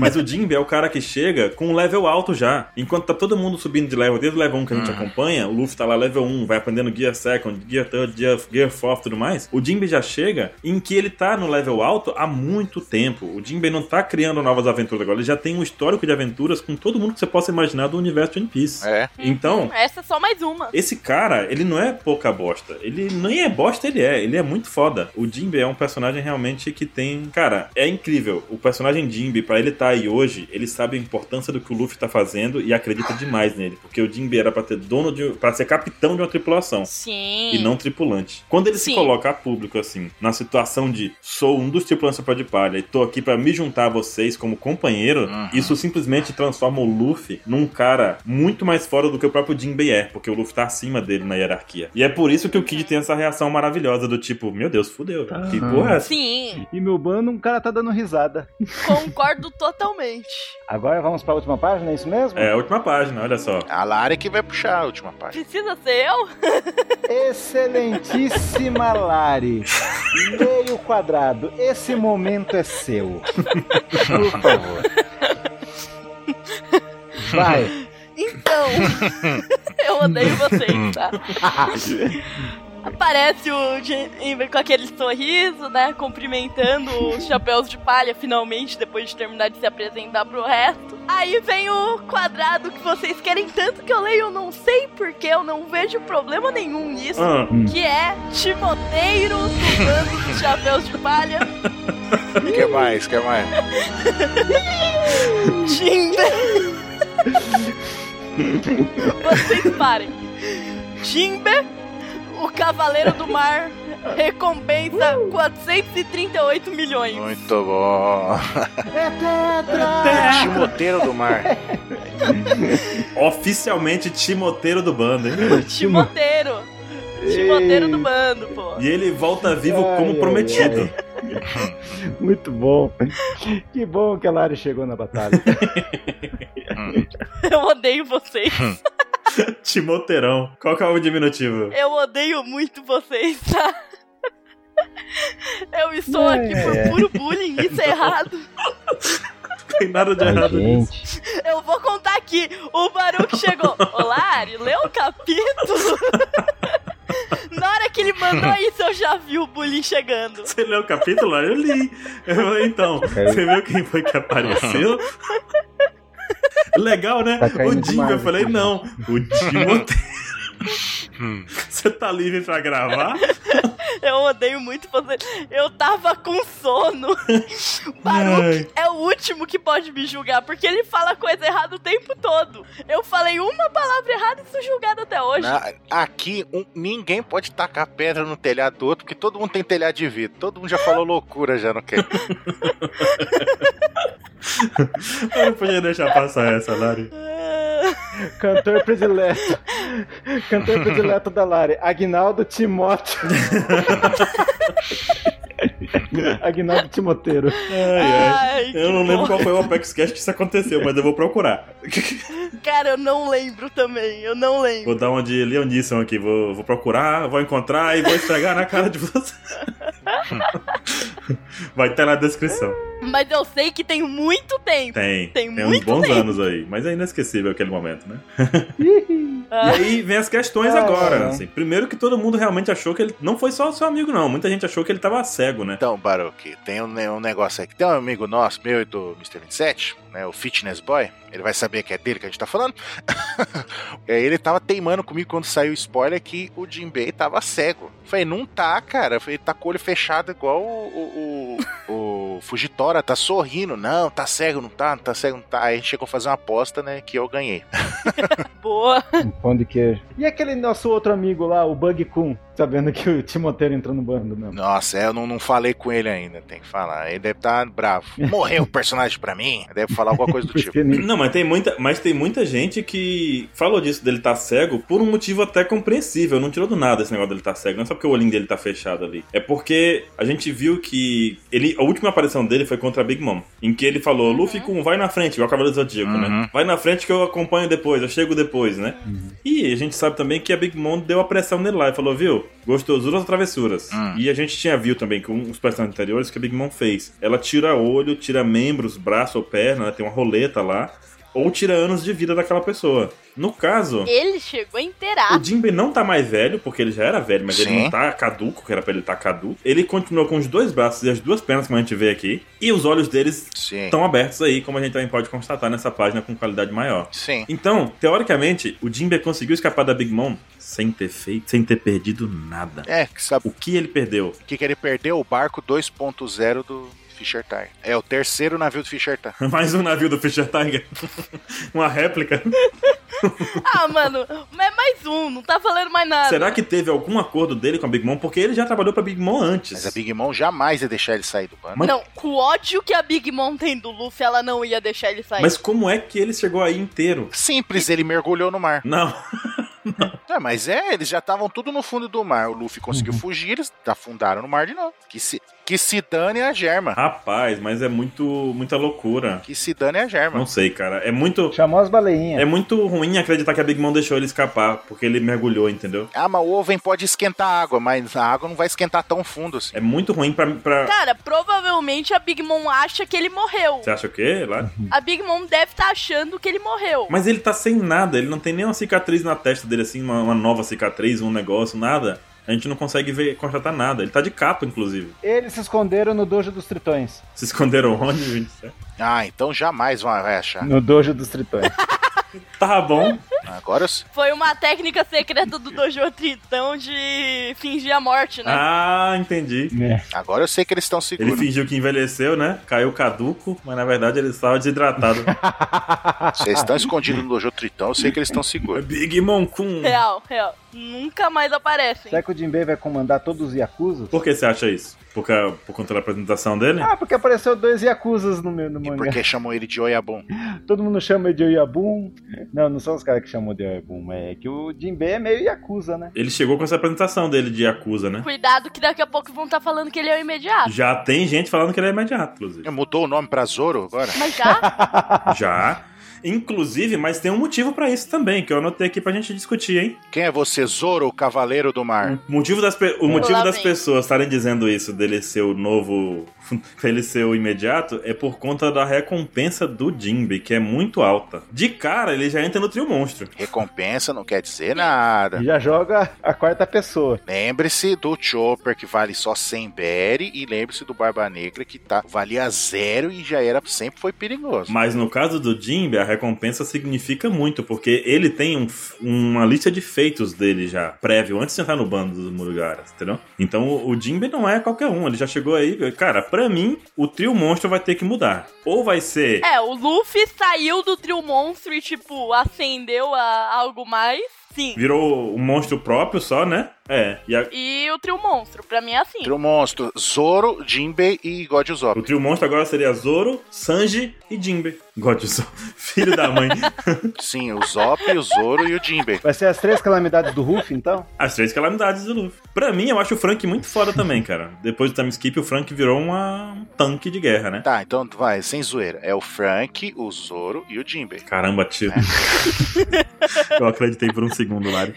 Mas o Jimbe é o cara que chega com um level alto já. Enquanto tá todo mundo subindo de level, desde o level 1 que a gente acompanha, o Luffy tá lá level 1, vai aprendendo Gear Second, Gear Third, Gear, Gear Fourth e tudo mais. O Jimbe já chega em que ele tá no level alto há muito tempo. O Jimbe não tá criando novas aventuras agora, ele já tem um histórico de aventuras com todo mundo que você possa imaginar do universo de One Piece.
É.
Então,
Essa é só mais uma.
Esse cara, ele não é pouca bosta. Ele nem é bosta, ele é. Ele é muito foda. O Jimbe é um personagem realmente que tem. Cara, é incrível. incrível. O personagem Jimbe, pra ele estar aí hoje, ele sabe a importância do que o Luffy tá fazendo e acredita demais nele. Porque o Jimbe era pra ter dono de. para ser capitão de uma tripulação.
Sim.
E não tripulante. Quando ele se
Sim.
coloca a público, assim, na situação de sou um dos tripulantes do Pó de Palha e tô aqui pra me juntar a vocês como companheiro,
Uhum.
isso simplesmente transforma o Luffy num cara muito mais fora do que o próprio Jinbei é, porque o Luffy tá acima dele na hierarquia. E é por isso que o Kid tem essa reação maravilhosa do tipo, meu Deus, fudeu,
Aham.
que porra é essa?
Sim,
E meu bando, um cara tá dando risada.
concordo totalmente.
Agora vamos pra última página, é isso mesmo?
É a última página, olha só.
A Lara que vai puxar a última página.
Precisa ser eu?
Excelentíssima Lari. Meio quadrado, esse momento é seu. Por favor. Vai.
Então, eu odeio vocês, tá? Aparece o Jimmy com aquele sorriso, né? Cumprimentando os chapéus de palha, finalmente, depois de terminar de se apresentar pro resto. Aí vem o quadrado que vocês querem tanto que eu leio, eu não sei porquê, eu não vejo problema nenhum nisso.
Ah,
Que é Timoteiro do bando dos chapéus de palha.
Quer mais? Quer mais?
Jimbe! Vocês parem. Jimbe, o Cavaleiro do Mar, recompensa 438 milhões.
Muito bom.
É tetra!
Timoteiro do mar.
oficialmente Timoteiro do bando, hein?
Timoteiro. Timoteiro do bando, pô.
E ele volta vivo
Ai,
como
ai,
prometido.
Muito bom. Que bom que a Lari chegou na batalha.
Hum.
Eu odeio vocês.
Timoteirão. Qual que é o diminutivo?
Eu odeio muito vocês, tá? Eu estou aqui
É.
por puro bullying, isso é errado.
Tem nada de errado nisso.
gente.
Eu vou contar aqui. O Baruch chegou. Olá, Ari, lê o capítulo. Na hora que ele mandou isso, eu já vi o bullying chegando.
Você leu o capítulo? Eu li. Eu falei, então, você viu quem foi que apareceu? Legal, né?
Tá caindo
o Dingo.
demais
Eu falei,
aqui. né?
não. O Dingo.
Hum.
Você tá livre pra gravar?
Eu odeio muito você. Eu tava com sono. Baruch
Ai.
é o último que pode me julgar, porque ele fala coisa errada o tempo todo. Eu falei uma palavra errada e sou julgado até hoje.
Na- aqui, um- ninguém pode tacar pedra no telhado do outro, porque todo mundo tem telhado de vidro. Todo mundo já falou loucura já no que.
Eu não podia deixar passar essa, Lari.
Ah,
Cantor predileto. Cantor predileto da Lari. Agnaldo Timóteo. Agnaldo Timoteiro.
Ai, ai.
ai,
Eu não
que
lembro
bom.
qual foi o Apex Cash que isso aconteceu, mas eu vou procurar.
Cara, eu não lembro também. Eu não lembro.
Vou dar uma de Leonisson aqui. Vou, vou procurar, vou encontrar e vou estragar na cara de você. Vai estar na descrição.
Mas eu sei que tem muito tempo.
Tem.
Tem
tem uns
muito
bons
tempo.
anos aí. Mas é inesquecível aquele momento, né? E
Ah,
aí vem as questões
É.
agora. assim. Primeiro que todo mundo realmente achou que ele. Não foi só seu amigo, não. Muita gente achou que ele tava cego, né?
Então, Baruque, tem um, ne- um negócio aqui. Tem um amigo nosso, meu e do Mr. 27, né, o Fitness Boy. Ele vai saber que é dele que a gente tá falando. É, ele tava teimando comigo quando saiu o spoiler que o Jinbei tava cego. Eu Falei, não tá, cara. Eu Falei, tá com o olho fechado igual o, o, o, o Fugitora, tá sorrindo. Não, tá cego, não tá, não tá cego, não tá. Aí a gente chegou a fazer uma aposta, né, que eu ganhei.
boa.
Um pão de queijo. E aquele nosso outro amigo lá, o Bug Kun, sabendo que o Timoteiro entrou no bando mesmo.
Nossa, é, eu não, não falei com ele ainda, tem que falar. Ele deve estar bravo. Morreu o personagem pra mim? Deve falar alguma coisa do
Por isso
tipo.
que ele-
Não, mas tem muita, mas tem muita gente que falou disso dele tá cego por um motivo até compreensível. Não tirou do nada esse negócio dele tá cego. Não é só porque o olhinho dele tá fechado ali. É porque a gente viu que ele, a última aparição dele foi contra a Big Mom, em que ele falou:
Uhum.
"Luffy, Kun, vai na frente, igual o Cavaleiro do Zodíaco,
Uhum.
né? Vai na frente que eu acompanho depois, eu chego depois, né?" E a gente sabe também que a Big Mom deu a pressão nele lá e falou, viu, gostosuras ou travessuras.
Hum.
E a gente tinha viu também com os personagens anteriores que a Big Mom fez. Ela tira olho, tira membros, braço ou perna, né, tem uma roleta lá. Ou tira anos de vida daquela pessoa. No caso,
Ele chegou inteirado.
o Jinbe não tá mais velho, porque ele já era velho, mas ele
Sim.
não tá caduco, que era pra ele estar caduco. Ele continuou com os dois braços e as duas pernas, como a gente vê aqui. E os olhos deles
Sim.
estão É. abertos aí, como a gente também pode constatar nessa página com qualidade maior.
Sim.
Então, teoricamente, o Jinbe conseguiu escapar da Big Mom sem ter feito, sem ter perdido nada.
É, que sabe
O que ele perdeu?
o que, que ele perdeu? O barco 2.0 do Fisher Tiger. É o terceiro navio do Fisher Tiger.
Mais um navio do Fisher Tiger. Uma réplica.
Ah, mano, é mais um, não tá falando mais nada.
Será que teve algum acordo dele com a Big Mom? Porque ele já trabalhou pra Big Mom antes.
Mas a Big Mom jamais ia deixar ele sair do bando.
Mas-
Não, com o ódio que a Big Mom tem do Luffy, ela não ia deixar ele sair.
Mas como é que ele chegou aí inteiro?
Simples, ele mergulhou no mar.
Não.
É, mas é, eles já estavam tudo no fundo do mar. O Luffy conseguiu fugir, eles afundaram no mar de novo. Que se, que se dane a germa.
Rapaz, mas é muito muita loucura.
Que se dane a germa.
Não sei, cara. É muito
Chamou as
é
baleinhas.
muito ruim acreditar que a Big Mom deixou ele escapar, porque ele mergulhou, entendeu?
Ah, mas o Oven pode esquentar a água, mas a água não vai esquentar tão fundo assim.
É muito ruim pra... pra...
Cara, provavelmente a Big Mom acha que ele morreu.
Você acha o quê? Lá?
A Big Mom deve estar achando que ele morreu.
Mas ele tá sem nada, ele não tem nenhuma cicatriz na testa dele, assim, uma, uma nova cicatriz, um negócio, nada. A gente não consegue ver, constatar nada. Ele tá de capa, inclusive.
Eles se esconderam no dojo dos tritões.
Se esconderam onde, gente?
Ah, então jamais vão vai achar.
No dojo dos tritões.
Tá bom.
Agora eu sei.
Foi uma técnica secreta do Dojo Tritão de fingir a morte, né?
Ah, entendi.
É.
Agora eu sei que eles estão
Ele
seguros.
fingiu que envelheceu, né? Caiu caduco, mas na verdade ele estava desidratado.
Vocês estão escondidos no dojo Tritão, eu sei que eles estão seguros.
Big Moncun.
Real, real. Nunca mais aparecem.
Será que o Jinbei vai comandar todos os Yakuzas?
Por que você acha isso? Por, ca- por conta da apresentação dele?
Ah, porque apareceu dois Yakuzas no, meu- no
E
mangá.
por que chamam ele de Oyabun?
Todo mundo chama ele de Yabum. Não, não são os caras que chamam de Yabum. É que o Jinbei é meio Yakuza, né?
Ele chegou com essa apresentação dele de Yakuza, né?
Cuidado que daqui a pouco vão estar falando que ele é o imediato.
Já tem gente falando que ele é imediato, inclusive.
Mudou o nome pra Zoro agora?
Mas já?
Já. Inclusive, mas tem um motivo pra isso também, que eu anotei aqui pra gente discutir, hein?
Quem é você, Zoro, o Cavaleiro do Mar?
O motivo das, pe- o motivo
Lá
das
vem.
pessoas estarem dizendo isso dele ser o novo. dele ser o imediato é por conta da recompensa do Jimbe, que é muito alta. De cara, ele já entra no trio monstro.
Recompensa não quer dizer nada.
E já joga a quarta pessoa.
Lembre-se do Chopper que vale só 100 berry e lembre-se do Barba Negra que tá, valia zero e já era sempre foi perigoso.
Mas no caso do Jimbe, a recompensa significa muito, porque ele tem um f- uma lista de feitos dele já, prévio, antes de entrar no bando dos Murugaras, entendeu? Então o o Jimbe não é qualquer um, ele já chegou aí. Cara, pra mim, o trio monstro vai ter que mudar. Ou vai ser.
É, o Luffy saiu do trio monstro e, tipo, acendeu a algo mais. Sim.
Virou um monstro próprio só, né? É. E a-
E o trio monstro, pra mim é assim.
Entre o monstro, Zoro, Jinbei e God
o
Usopp.
trio monstro agora seria Zoro, Sanji e Jimbe. God, Zoro, filho da mãe.
Sim, o Zop, o Zoro e o Jinbei.
Vai ser as três calamidades do Ruff, então?
As três calamidades do Luffy. Pra mim, eu acho o Frank muito foda também, cara. Depois do time skip, o Frank virou uma- um tanque de guerra, né?
Tá, então vai, sem zoeira. É o Frank, o Zoro e o Jinbei.
Caramba, tio. eu acreditei por um segundo, Lari.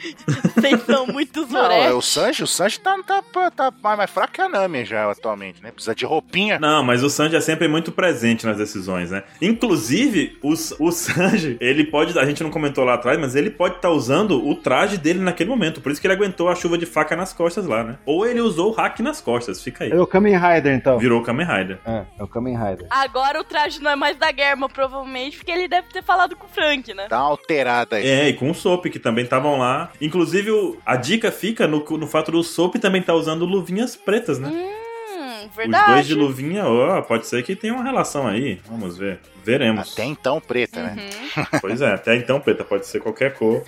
Vocês são muito
Não, é
zoré.
o Sanji. O Sanji tá, tá, tá mais, mais fraco que a Nami já atualmente, né? Precisa de roupinha.
Não, mas o Sanji é sempre muito presente nas decisões, né? Inclusive, o, S- o Sanji, ele pode. A gente não comentou lá atrás, mas ele pode estar usando o traje dele naquele momento. Por isso que ele aguentou a chuva de faca nas costas lá, né? Ou ele usou o hack nas costas, fica aí.
É o Kamen Rider, então.
Virou o Kamen Rider.
É, é o Kamen Rider.
Agora o traje não é mais da Germa, provavelmente, porque ele deve ter falado com o Frank, né?
Dá uma Tá alterada aí.
É, e com o Soap, que também estavam lá. Inclusive, o- a dica fica no, no fato do Soap também estar usando luvinhas pretas, né?
Hum,
Os dois de
verdade.
luvinha, ó, pode ser que tenha uma relação aí. Vamos ver. Veremos.
Até então preta, né?
Uhum.
Pois é, até então preta pode ser qualquer cor,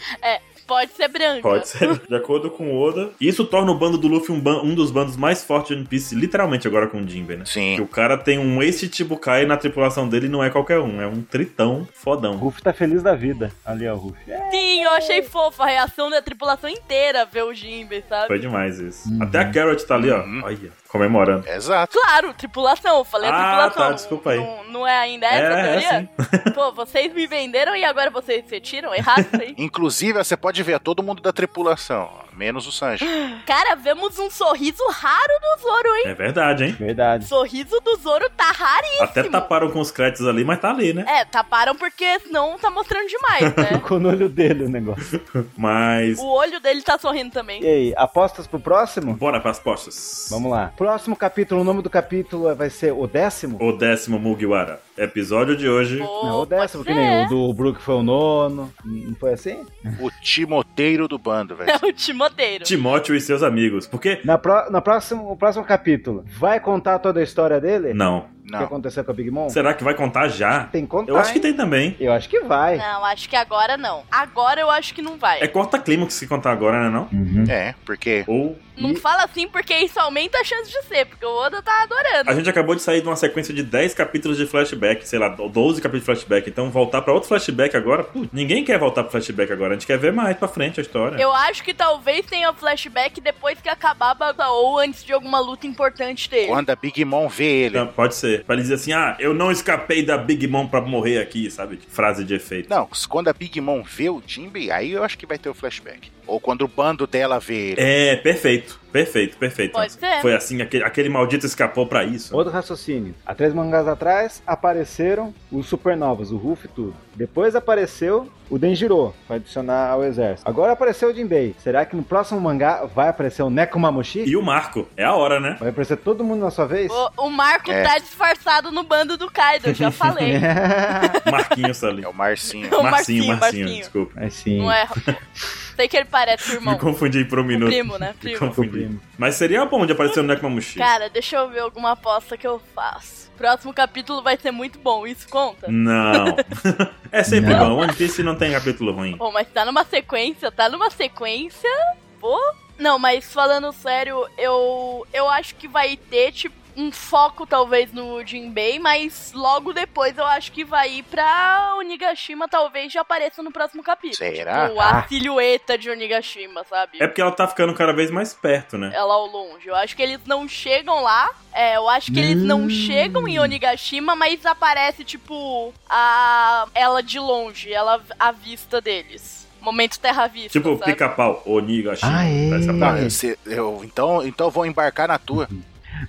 Pode ser branca.
pode ser de acordo com o Oda. Isso torna o bando do Luffy um, ban- um dos bandos mais fortes de One Piece, literalmente agora com o Jinbe, né?
Sim.
Que o cara tem um Ace Chibukai na tripulação dele e não é qualquer um, é um tritão
O
fodão.
Ruff tá feliz da vida. Ali, ó, o Ruff. É.
Sim, eu achei fofa a reação da tripulação inteira ver o Jimbe, sabe?
Foi demais isso.
Uhum.
Até a Carrot tá ali, ó,
Uhum.
olha, comemorando.
Exato.
Claro, tripulação, eu falei
Ah,
tripulação.
tá,
não-
desculpa aí.
Não, não é ainda essa a
é,
teoria?
sim.
Pô, vocês me venderam e agora vocês retiram? Errado isso aí.
Inclusive, você pode ver é todo mundo da tripulação, menos o Sanji.
Cara, vemos um sorriso raro do Zoro, hein?
É verdade, hein?
O
Verdade.
sorriso do Zoro tá raríssimo.
Até taparam com os créditos ali, mas tá ali, né?
É, taparam porque senão tá mostrando demais, né?
Ficou no olho dele o negócio.
Mas.
o olho dele tá sorrindo também.
E aí, apostas pro próximo?
Bora pras postas.
Vamos lá. Próximo capítulo, o nome do capítulo é, vai ser o décimo?
O décimo Mugiwara. Episódio de hoje.
Pô,
Não, é o décimo,
pode
que nem
ser. é.
o do Brook foi o nono. Não foi assim?
O timoteiro do bando, velho.
É o roteiro.
Timóteo e seus amigos. Porque.
Na pró- na próximo, o próximo capítulo, vai contar toda a história dele?
Não.
O que
Não.
aconteceu com a Big Mom?
Será que vai contar já?
Tem que contar.
Eu acho que
hein?
tem também.
Eu acho que vai.
Não, acho que agora não. Agora eu acho que não vai.
É corta clima que se contar agora, né? Não?
Uhum.
É, porque.
Ou.
Não fala assim porque isso aumenta a chance de ser, porque o Oda tá adorando.
A gente acabou de sair de uma sequência de 10 capítulos de flashback, sei lá, ou 12 capítulos de flashback. Então voltar pra outro flashback agora, putz, ninguém quer voltar pro flashback agora. A gente quer ver mais pra frente a história.
Eu acho que talvez tenha flashback depois que acabar a Baga- ou antes de alguma luta importante dele.
Quando a Big Mom vê ele.
Então, pode ser. Pra ele dizer assim, ah, eu não escapei da Big Mom pra morrer aqui, sabe? Tipo, Frase de efeito.
Não, quando a Big Mom vê o Jimbe, aí eu acho que vai ter o flashback. Ou quando o bando dela vê ele.
É, perfeito, perfeito, perfeito.
Pode ser.
Foi assim, aquele, aquele maldito escapou pra isso.
Outro raciocínio. Há três mangás atrás apareceram os supernovas, o Ruff e tudo. Depois apareceu o Denjiro, pra adicionar ao exército. Agora apareceu o Jinbei. Será que no próximo mangá vai aparecer o Nekomamushi?
E o Marco, é a hora, né?
Vai aparecer todo mundo na sua vez?
O, o Marco
É.
tá disfarçado no bando do Kaido, eu já
É.
falei.
Marquinhos ali.
É o Marcinho.
É o
Marcinho,
Marcinho,
Marcinho,
Marcinho.
desculpa.
Mas sim.
Não é. Sei que ele parece o irmão.
Me confundi por um minuto.
primo, né?
Me
Primo.
confundi. Mas seria bom de aparecer no Nekomamushi.
Cara, deixa eu ver alguma aposta que eu faço. Próximo capítulo vai ser muito bom, isso conta?
Não. é sempre
Não.
bom. One Piece não tem capítulo ruim.
Bom, mas tá numa sequência, tá numa sequência. Pô. Não, mas falando sério, eu eu acho que vai ter tipo um foco talvez no Jinbei, mas logo depois eu acho que vai ir pra Onigashima, talvez já apareça no próximo capítulo.
Será?
Tipo, a
Ah.
silhueta de Onigashima, sabe?
É porque ela tá ficando cada vez mais perto, né?
Ela É ao longe. Eu acho que eles não chegam lá. É, eu acho que eles não
Hum.
chegam em Onigashima, mas aparece, tipo, a ela de longe, ela à vista deles. Momento terra-vista.
Tipo,
sabe?
pica-pau, Onigashima.
Ah, é.
Essa
Não,
parte.
eu, se- eu- então, então eu vou embarcar na tua.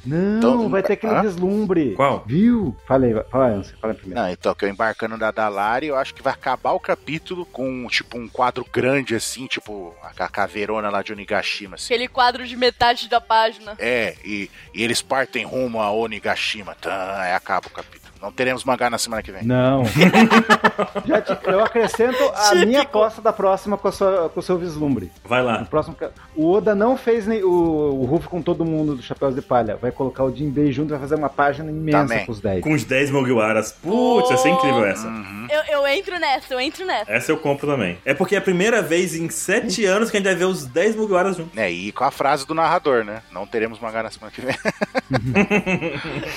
Não,
Então-
vai ter aquele
Hã?
deslumbre.
Qual?
Viu? Falei, fala, Anse, fala primeiro.
Não, então, que eu embarcando da Dalari, eu acho que vai acabar o capítulo com, tipo, um quadro grande, assim, tipo, a ca- caveirona lá de Onigashima, assim.
Aquele quadro de metade da página.
É, e, e eles partem rumo a Onigashima. Tá, aí acaba o capítulo. Não teremos mangá na semana que vem.
Não. Já te- eu acrescento a
Típico.
minha aposta da próxima com, a sua- com o seu vislumbre.
Vai
No
lá.
próximo, ca- o Oda não fez nem, o, o Ruff com todo mundo do Chapéus de Palha. Vai colocar o Jinbei junto e vai fazer uma página imensa
Também.
com os 10.
Com os 10 Mugiwaras. Putz, ia ser incrível essa.
Uhum.
Eu, eu entro nessa, eu entro nessa.
Essa eu compro também. É porque é a primeira vez em 7 anos que a gente vai ver os 10 Mugiwaras juntos.
É, e com a frase do narrador, né? Não teremos mangá na semana que vem.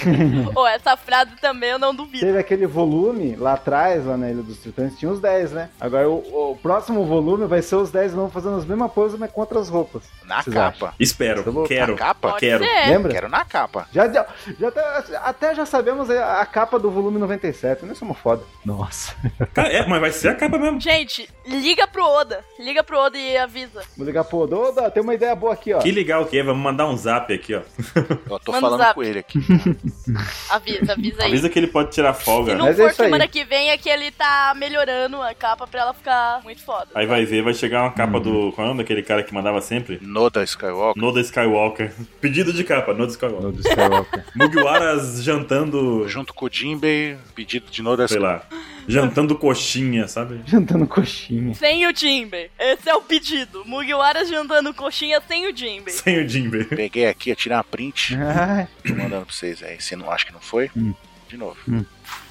Uhum.
Ou essa frase também eu não duvido.
Teve aquele volume lá atrás, lá na Ilha dos Tritões, tinha os 10, né? Agora o, o próximo volume vai ser os 10 e vão fazendo as mesmas coisas, mas com outras roupas.
Na
Vocês acham?
capa.
Espero,
Tá bom.
quero,
Na capa?
Pode
quero.
ser.
Lembra?
Quero na capa.
Já, já, já tá- até já sabemos a, a capa do volume 97, né? Somos foda. Nossa.
Cara, é, mas vai ser a capa mesmo.
Gente, liga pro Oda. Liga pro Oda e avisa.
Vou ligar pro Oda. Oda, tem uma ideia boa aqui, ó.
Que legal que é, vamos mandar um zap aqui, ó.
Eu tô
Manda um
falando
zap.
com ele aqui.
Avisa, avisa aí.
Avisa que ele pode tirar
Se
folga.
não
Mas é
for
isso aí.
semana que vem, é que ele tá melhorando a capa pra ela ficar muito foda.
Aí vai ver, vai chegar uma capa do. Qual é o nome daquele cara que mandava sempre?
Noda Skywalker.
Noda Skywalker. Pedido de capa, Noda Skywalker.
Meu Deus do céu, cara.
Mugiwaras jantando.
Junto com o Jinbei, pedido de Noda
Sei
Skywalker.
lá. Jantando coxinha, sabe?
Jantando coxinha.
Sem o Jimbe. Esse é o pedido. Mugiwaras jantando coxinha sem o Jimbe.
Sem o Jimbe.
Peguei aqui, eu tirei uma print,
Ai,
tô mandando pra vocês aí. Você não acha que não foi?
Hum.
De novo.
Hum.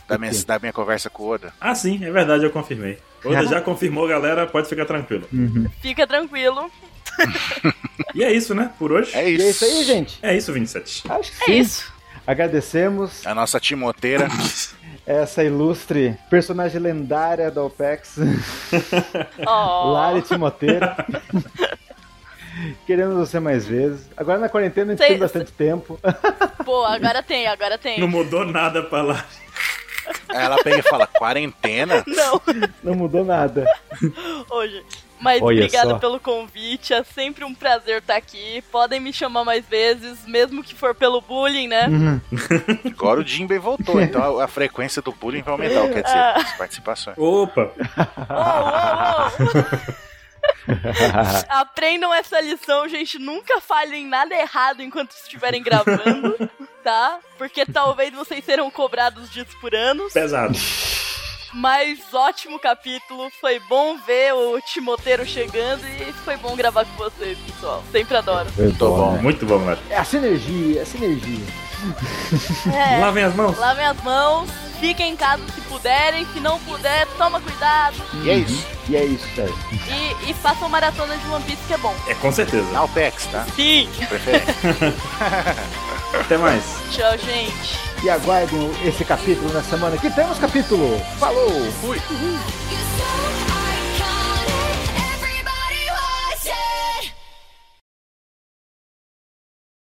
Da, minha, da minha conversa com o Oda.
Ah, sim, é verdade, eu confirmei. Oda já confirmou, galera, pode ficar tranquilo.
uhum.
Fica tranquilo.
E é isso, né? Por hoje.
É
E
isso.
é isso aí, gente.
É isso, 27.
Acho que
É
sim.
isso.
Agradecemos
A nossa timoteira.
essa ilustre personagem lendária da OPEX,
Ó.
Lari Timoteira. Queremos você mais vezes. Agora na quarentena a gente
Sei-
tem bastante tempo.
Pô, agora tem, agora tem.
É
Não mudou nada pra lá.
Aí ela pega e fala, quarentena?
Não,
Não mudou nada.
hoje. Mas
Olha
obrigada
só.
pelo convite. É sempre um prazer estar aqui. Podem me chamar mais vezes, mesmo que for pelo bullying, né?
Agora o Jinbei voltou, então a, a frequência do bullying vai aumentar, quer dizer,
Ah.
as participações.
Opa!
Oh, oh, oh. Aprendam essa lição, gente. Nunca falem nada errado enquanto estiverem gravando, tá? Porque talvez vocês serão cobrados disso por anos.
Pesado.
Mas ótimo capítulo, foi bom ver o Timoteiro chegando e foi bom gravar com vocês, pessoal. Sempre adoro.
Muito
Tô bom.
Muito bom, Nath.
É a sinergia, a sinergia.
É.
Lavem as mãos.
Lavem as mãos, fiquem em casa se puderem, se não puder, toma cuidado
E é isso.
E é isso, cara.
e, e façam maratona de One Piece que é bom.
É, com certeza.
Na OPEX, tá?
Sim,
De preferência.
Até mais.
tchau, gente.
E aguardem esse capítulo na semana que temos capítulo. Falou!
You're so